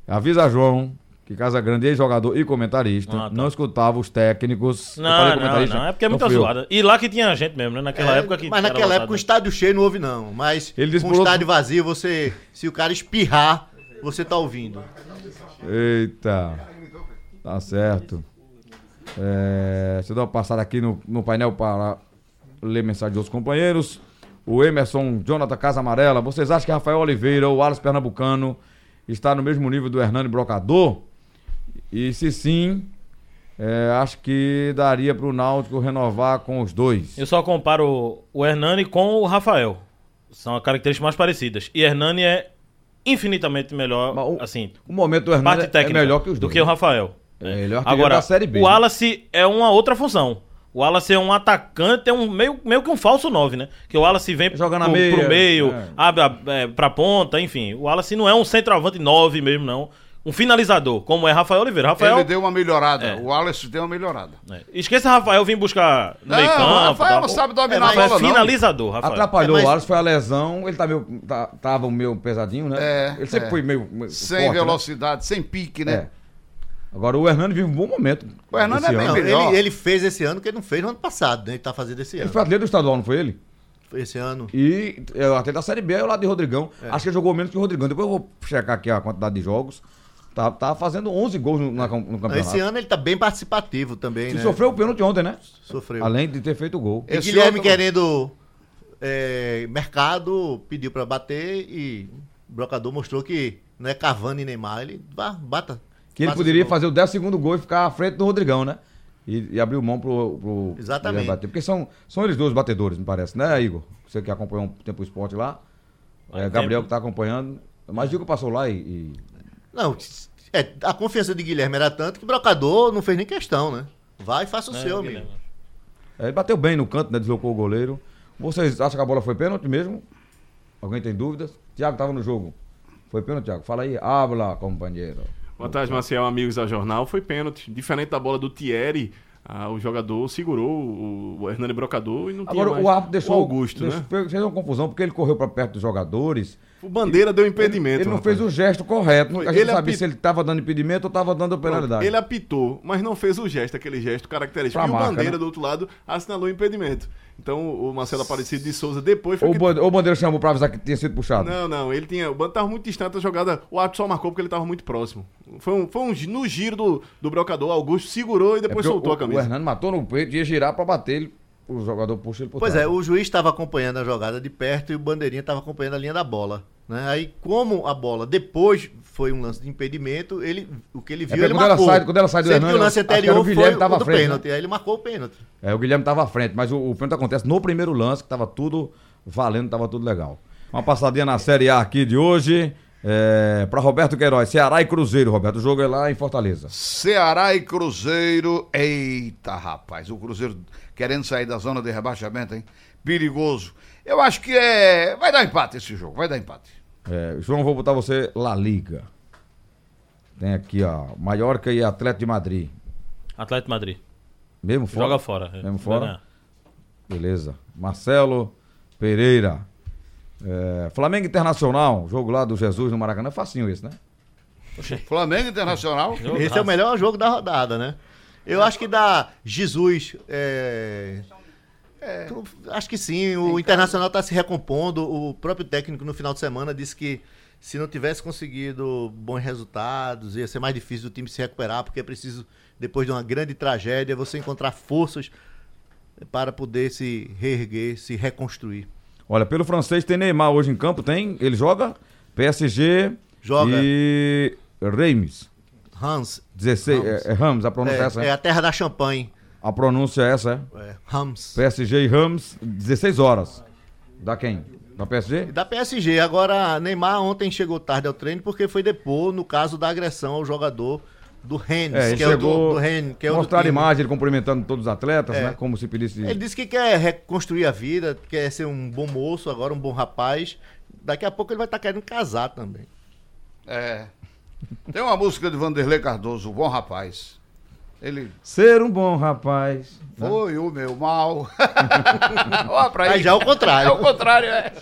[SPEAKER 3] Avisa João que Casa Grande é jogador e comentarista,
[SPEAKER 7] Ah, tá.
[SPEAKER 3] não escutava os técnicos. eu falei né?
[SPEAKER 7] Não, não,
[SPEAKER 3] comentarista,
[SPEAKER 7] não. É porque é
[SPEAKER 3] não
[SPEAKER 7] muita
[SPEAKER 3] fui eu.
[SPEAKER 7] zoada. E lá que tinha gente mesmo, né? Naquela
[SPEAKER 6] É,
[SPEAKER 7] época que.
[SPEAKER 6] mas
[SPEAKER 7] era
[SPEAKER 6] naquela época
[SPEAKER 7] lotado.
[SPEAKER 6] o estádio cheio não houve, não. Mas
[SPEAKER 3] Ele disse
[SPEAKER 6] com
[SPEAKER 3] por
[SPEAKER 6] o
[SPEAKER 3] outro-
[SPEAKER 6] estádio vazio, você. Se o cara espirrar, você tá ouvindo.
[SPEAKER 3] Eita. Tá certo. É, deixa eu dar uma passada aqui no, no painel para ler mensagem de outros companheiros. O Emerson Jonathan Casa Amarela. Vocês acham que Rafael Oliveira ou Alas Pernambucano está no mesmo nível do Hernani Brocador? E se sim, é, acho que daria para o Náutico renovar com os dois.
[SPEAKER 7] Eu só comparo o Hernani com o Rafael. São características mais parecidas. E Hernani é infinitamente melhor,
[SPEAKER 3] Mas o-
[SPEAKER 7] assim,
[SPEAKER 3] O momento do Hernani
[SPEAKER 7] parte
[SPEAKER 3] é- é
[SPEAKER 7] técnica.
[SPEAKER 3] melhor que os
[SPEAKER 7] Do
[SPEAKER 3] dois.
[SPEAKER 7] que o Rafael.
[SPEAKER 3] É, melhor que
[SPEAKER 7] Agora,
[SPEAKER 3] da Série B.
[SPEAKER 7] o
[SPEAKER 3] né?
[SPEAKER 7] Wallace é uma outra função. O Wallace é um atacante, é um meio, meio que um falso 9, né? Que o Wallace vem
[SPEAKER 3] Joga na
[SPEAKER 7] pro,
[SPEAKER 3] meia,
[SPEAKER 7] pro meio,
[SPEAKER 3] é.
[SPEAKER 7] abre a, é, pra ponta, enfim. O Wallace não é um centroavante 9 mesmo, não. Um finalizador, como é Rafael Oliveira. Rafael,
[SPEAKER 4] Ele deu uma melhorada.
[SPEAKER 7] É.
[SPEAKER 4] O Wallace deu uma melhorada.
[SPEAKER 7] é. Esqueça Rafael vir buscar
[SPEAKER 4] Não,
[SPEAKER 7] meio campo.
[SPEAKER 4] o Rafael
[SPEAKER 7] tá?
[SPEAKER 4] não sabe dominar
[SPEAKER 7] é, Rafael
[SPEAKER 4] a bola,
[SPEAKER 7] É
[SPEAKER 4] não.
[SPEAKER 7] finalizador, Rafael.
[SPEAKER 3] Atrapalhou
[SPEAKER 6] É, mas-
[SPEAKER 3] o Wallace, foi a lesão. Ele tá meio, tá- tava meio pesadinho, né?
[SPEAKER 4] É,
[SPEAKER 3] ele sempre
[SPEAKER 4] é.
[SPEAKER 3] foi meio. meio
[SPEAKER 4] Sem
[SPEAKER 3] forte, né?
[SPEAKER 4] velocidade, sem pique, né?
[SPEAKER 3] É. Agora o Hernando vive um bom momento.
[SPEAKER 4] O Hernando
[SPEAKER 3] esse
[SPEAKER 4] é bem
[SPEAKER 3] ano.
[SPEAKER 6] Não,
[SPEAKER 4] melhor.
[SPEAKER 6] ele, ele fez esse ano que ele não fez no ano passado, né? Ele tá fazendo esse
[SPEAKER 3] Ele
[SPEAKER 6] ano.
[SPEAKER 3] foi atleta do estadual, não foi ele?
[SPEAKER 6] Esse ano.
[SPEAKER 3] E é, o atleta da Série B é o lado de Rodrigão. Acho que ele jogou menos que o Rodrigão. Depois eu vou checar aqui a quantidade de jogos. Tá, tá fazendo 11 gols no, na- no campeonato.
[SPEAKER 6] Esse ano ele tá bem participativo também,
[SPEAKER 3] Se
[SPEAKER 6] né?
[SPEAKER 3] sofreu o pênalti ontem, né?
[SPEAKER 6] Sofreu.
[SPEAKER 3] Além de ter feito o gol.
[SPEAKER 6] E
[SPEAKER 4] Esse
[SPEAKER 6] Guilherme
[SPEAKER 4] outro-
[SPEAKER 6] querendo é, mercado, pediu pra bater e o brocador mostrou que não é Cavani e Neymar, ele vá, bata.
[SPEAKER 3] Que ele
[SPEAKER 6] faça
[SPEAKER 3] poderia
[SPEAKER 6] esse gol.
[SPEAKER 3] fazer o 12 segundo gol e ficar à frente do Rodrigão, né? E, e abrir mão pro, pro
[SPEAKER 6] Exatamente.
[SPEAKER 3] Guilherme Bater. Porque são, são eles dois batedores, me parece, né, Igor? Você que acompanhou um tempo o esporte lá. É,
[SPEAKER 7] Vai,
[SPEAKER 3] Gabriel
[SPEAKER 7] tempo.
[SPEAKER 3] que tá acompanhando. Mas Diego passou lá e. e-
[SPEAKER 6] Não, é, a confiança de Guilherme era tanto que o brocador não fez nem questão, né? Vai e faça o
[SPEAKER 7] É,
[SPEAKER 6] seu,
[SPEAKER 7] Guilherme.
[SPEAKER 6] amigo.
[SPEAKER 3] é, ele bateu bem no canto, né? Deslocou o goleiro. Vocês acham que a bola foi pênalti mesmo? Alguém tem dúvidas? Thiago tava no jogo. Foi pênalti, Thiago? Fala aí. Habla, companheiro.
[SPEAKER 9] Boa tarde, Maciel, amigos da Jornal. Foi pênalti. Diferente da bola do Thierry, ah, o jogador segurou o, o Hernani Brocador e não tinha
[SPEAKER 3] Agora
[SPEAKER 9] mais
[SPEAKER 3] o árbitro deixou.
[SPEAKER 9] Augusto,
[SPEAKER 3] deixou-
[SPEAKER 9] né?
[SPEAKER 3] Fez uma confusão porque ele correu pra perto dos jogadores.
[SPEAKER 9] O Bandeira deu impedimento.
[SPEAKER 3] Ele não
[SPEAKER 9] rapaz.
[SPEAKER 3] fez o gesto correto. A gente
[SPEAKER 9] Ele
[SPEAKER 3] não sabia
[SPEAKER 9] apit-
[SPEAKER 3] se ele estava dando impedimento ou estava dando penalidade.
[SPEAKER 9] Ele apitou, mas não fez o gesto, aquele gesto característico.
[SPEAKER 3] Pra
[SPEAKER 9] e
[SPEAKER 3] marca,
[SPEAKER 9] o Bandeira,
[SPEAKER 3] né?
[SPEAKER 9] do outro lado, assinalou o impedimento. Então, o Marcelo Aparecido de Souza, depois foi
[SPEAKER 3] Ou o
[SPEAKER 9] que-
[SPEAKER 3] Bande- ou o Bandeira chamou pra avisar que tinha sido puxado. É
[SPEAKER 9] Não, não, ele tinha. O Bando tava muito distante da jogada. O árbitro só marcou porque ele tava muito próximo. Foi um, foi um gi- no giro do, do brocador. Augusto segurou e
[SPEAKER 3] É
[SPEAKER 9] depois
[SPEAKER 3] porque
[SPEAKER 9] soltou
[SPEAKER 3] o,
[SPEAKER 9] a camisa.
[SPEAKER 3] O Hernando matou no peito, ia girar pra bater ele. O jogador puxa ele por
[SPEAKER 6] Pois
[SPEAKER 3] trás.
[SPEAKER 6] é, o juiz estava acompanhando a jogada de perto e o bandeirinha estava acompanhando a linha da bola. Né? Aí, como a bola depois foi um lance de impedimento, ele, o que ele viu, ele
[SPEAKER 3] É quando ela
[SPEAKER 6] marcou.
[SPEAKER 3] sai- quando ela sai do
[SPEAKER 6] Sendo
[SPEAKER 3] Hernani, né?
[SPEAKER 6] que o lance
[SPEAKER 3] acho que era o
[SPEAKER 6] anterior
[SPEAKER 3] Guilherme
[SPEAKER 6] foi
[SPEAKER 3] tava
[SPEAKER 6] o
[SPEAKER 3] à
[SPEAKER 6] do
[SPEAKER 3] frente, né?
[SPEAKER 6] pênalti. Aí ele marcou o pênalti.
[SPEAKER 3] É, o Guilherme tava à frente, mas o, o pênalti acontece no primeiro lance, que tava tudo valendo, tava tudo legal. Uma passadinha na Série A aqui de hoje. É, pra Roberto Queiroz, Ceará e Cruzeiro, Roberto. O jogo é lá em Fortaleza.
[SPEAKER 4] Ceará e Cruzeiro. Eita, rapaz, o Cruzeiro querendo sair da zona de rebaixamento, hein? Perigoso. Eu acho que é. Vai dar empate esse jogo, vai dar empate.
[SPEAKER 3] É, João, vou botar você La Liga. Tem aqui, ó, Mallorca e Atlético de Madrid.
[SPEAKER 7] Atlético de Madrid.
[SPEAKER 3] Mesmo fora?
[SPEAKER 7] Joga fora. é.
[SPEAKER 3] Mesmo fora?
[SPEAKER 7] Vai ganhar.
[SPEAKER 3] Beleza. Marcelo Pereira. É, Flamengo Internacional, jogo lá do Jesus no Maracanã. É facinho isso, né?
[SPEAKER 4] Flamengo Internacional.
[SPEAKER 7] Jogo
[SPEAKER 6] Esse é o
[SPEAKER 7] raso.
[SPEAKER 6] melhor jogo da rodada, né? Eu acho que dá Jesus. é, é, acho que sim. O Internacional está se recompondo. O próprio técnico no final de semana disse que se não tivesse conseguido bons resultados, ia ser mais difícil do time se recuperar, porque é preciso, depois de uma grande tragédia, você encontrar forças para poder se reerguer, se reconstruir.
[SPEAKER 3] Olha, pelo francês tem Neymar hoje em campo, tem? Ele joga? PSG
[SPEAKER 6] Joga.
[SPEAKER 3] e Reims.
[SPEAKER 6] Hans,
[SPEAKER 3] 16,
[SPEAKER 6] Ramos.
[SPEAKER 3] É, é Rams, a pronúncia é, essa,
[SPEAKER 6] é,
[SPEAKER 3] né?
[SPEAKER 6] é a terra da champanhe.
[SPEAKER 3] A pronúncia é essa, é?
[SPEAKER 6] É, Rams.
[SPEAKER 3] PSG e Rams, 16 horas. Da quem? Da
[SPEAKER 6] E
[SPEAKER 3] PSG?
[SPEAKER 6] Da PSG. Agora, Neymar ontem chegou tarde ao treino porque foi depor no caso da agressão ao jogador do Rennes,
[SPEAKER 3] É, ele
[SPEAKER 6] que é o do,
[SPEAKER 3] chegou
[SPEAKER 6] do Rennes, que é o do
[SPEAKER 3] mostrar a
[SPEAKER 6] time.
[SPEAKER 3] imagem, ele cumprimentando todos os atletas,
[SPEAKER 6] É.
[SPEAKER 3] né? Como se pedisse...
[SPEAKER 6] Ele disse que quer reconstruir a vida, quer ser um bom moço, agora um bom rapaz. Daqui a pouco ele vai estar querendo casar também.
[SPEAKER 4] É. Tem uma música de Vanderlei Cardoso, Bom Rapaz. Ele
[SPEAKER 3] Ser um bom rapaz.
[SPEAKER 4] foi o meu mal. Ó, pra
[SPEAKER 6] Aí
[SPEAKER 4] ele.
[SPEAKER 6] já é o
[SPEAKER 4] É o
[SPEAKER 6] contrário.
[SPEAKER 4] contrário, é.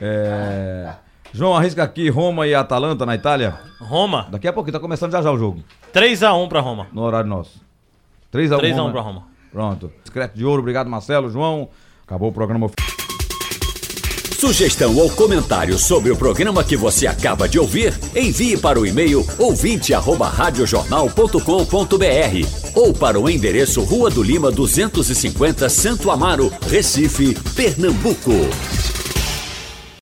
[SPEAKER 3] É... João, arrisca aqui Roma e Atalanta na Itália.
[SPEAKER 7] Roma,
[SPEAKER 3] Daqui a pouquinho, tá começando já já o jogo,
[SPEAKER 7] 3x1 pra Roma.
[SPEAKER 3] no horário nosso. 3x1
[SPEAKER 7] 3 a 1 pra Roma.
[SPEAKER 3] Pronto. Discreto de ouro, obrigado Marcelo, João. Acabou o programa.
[SPEAKER 1] Sugestão ou comentário sobre o programa que você acaba de ouvir, envie para o e-mail ouvinte@radiojornal.com.br ou para o endereço Rua do Lima 250, Santo Amaro, Recife, Pernambuco.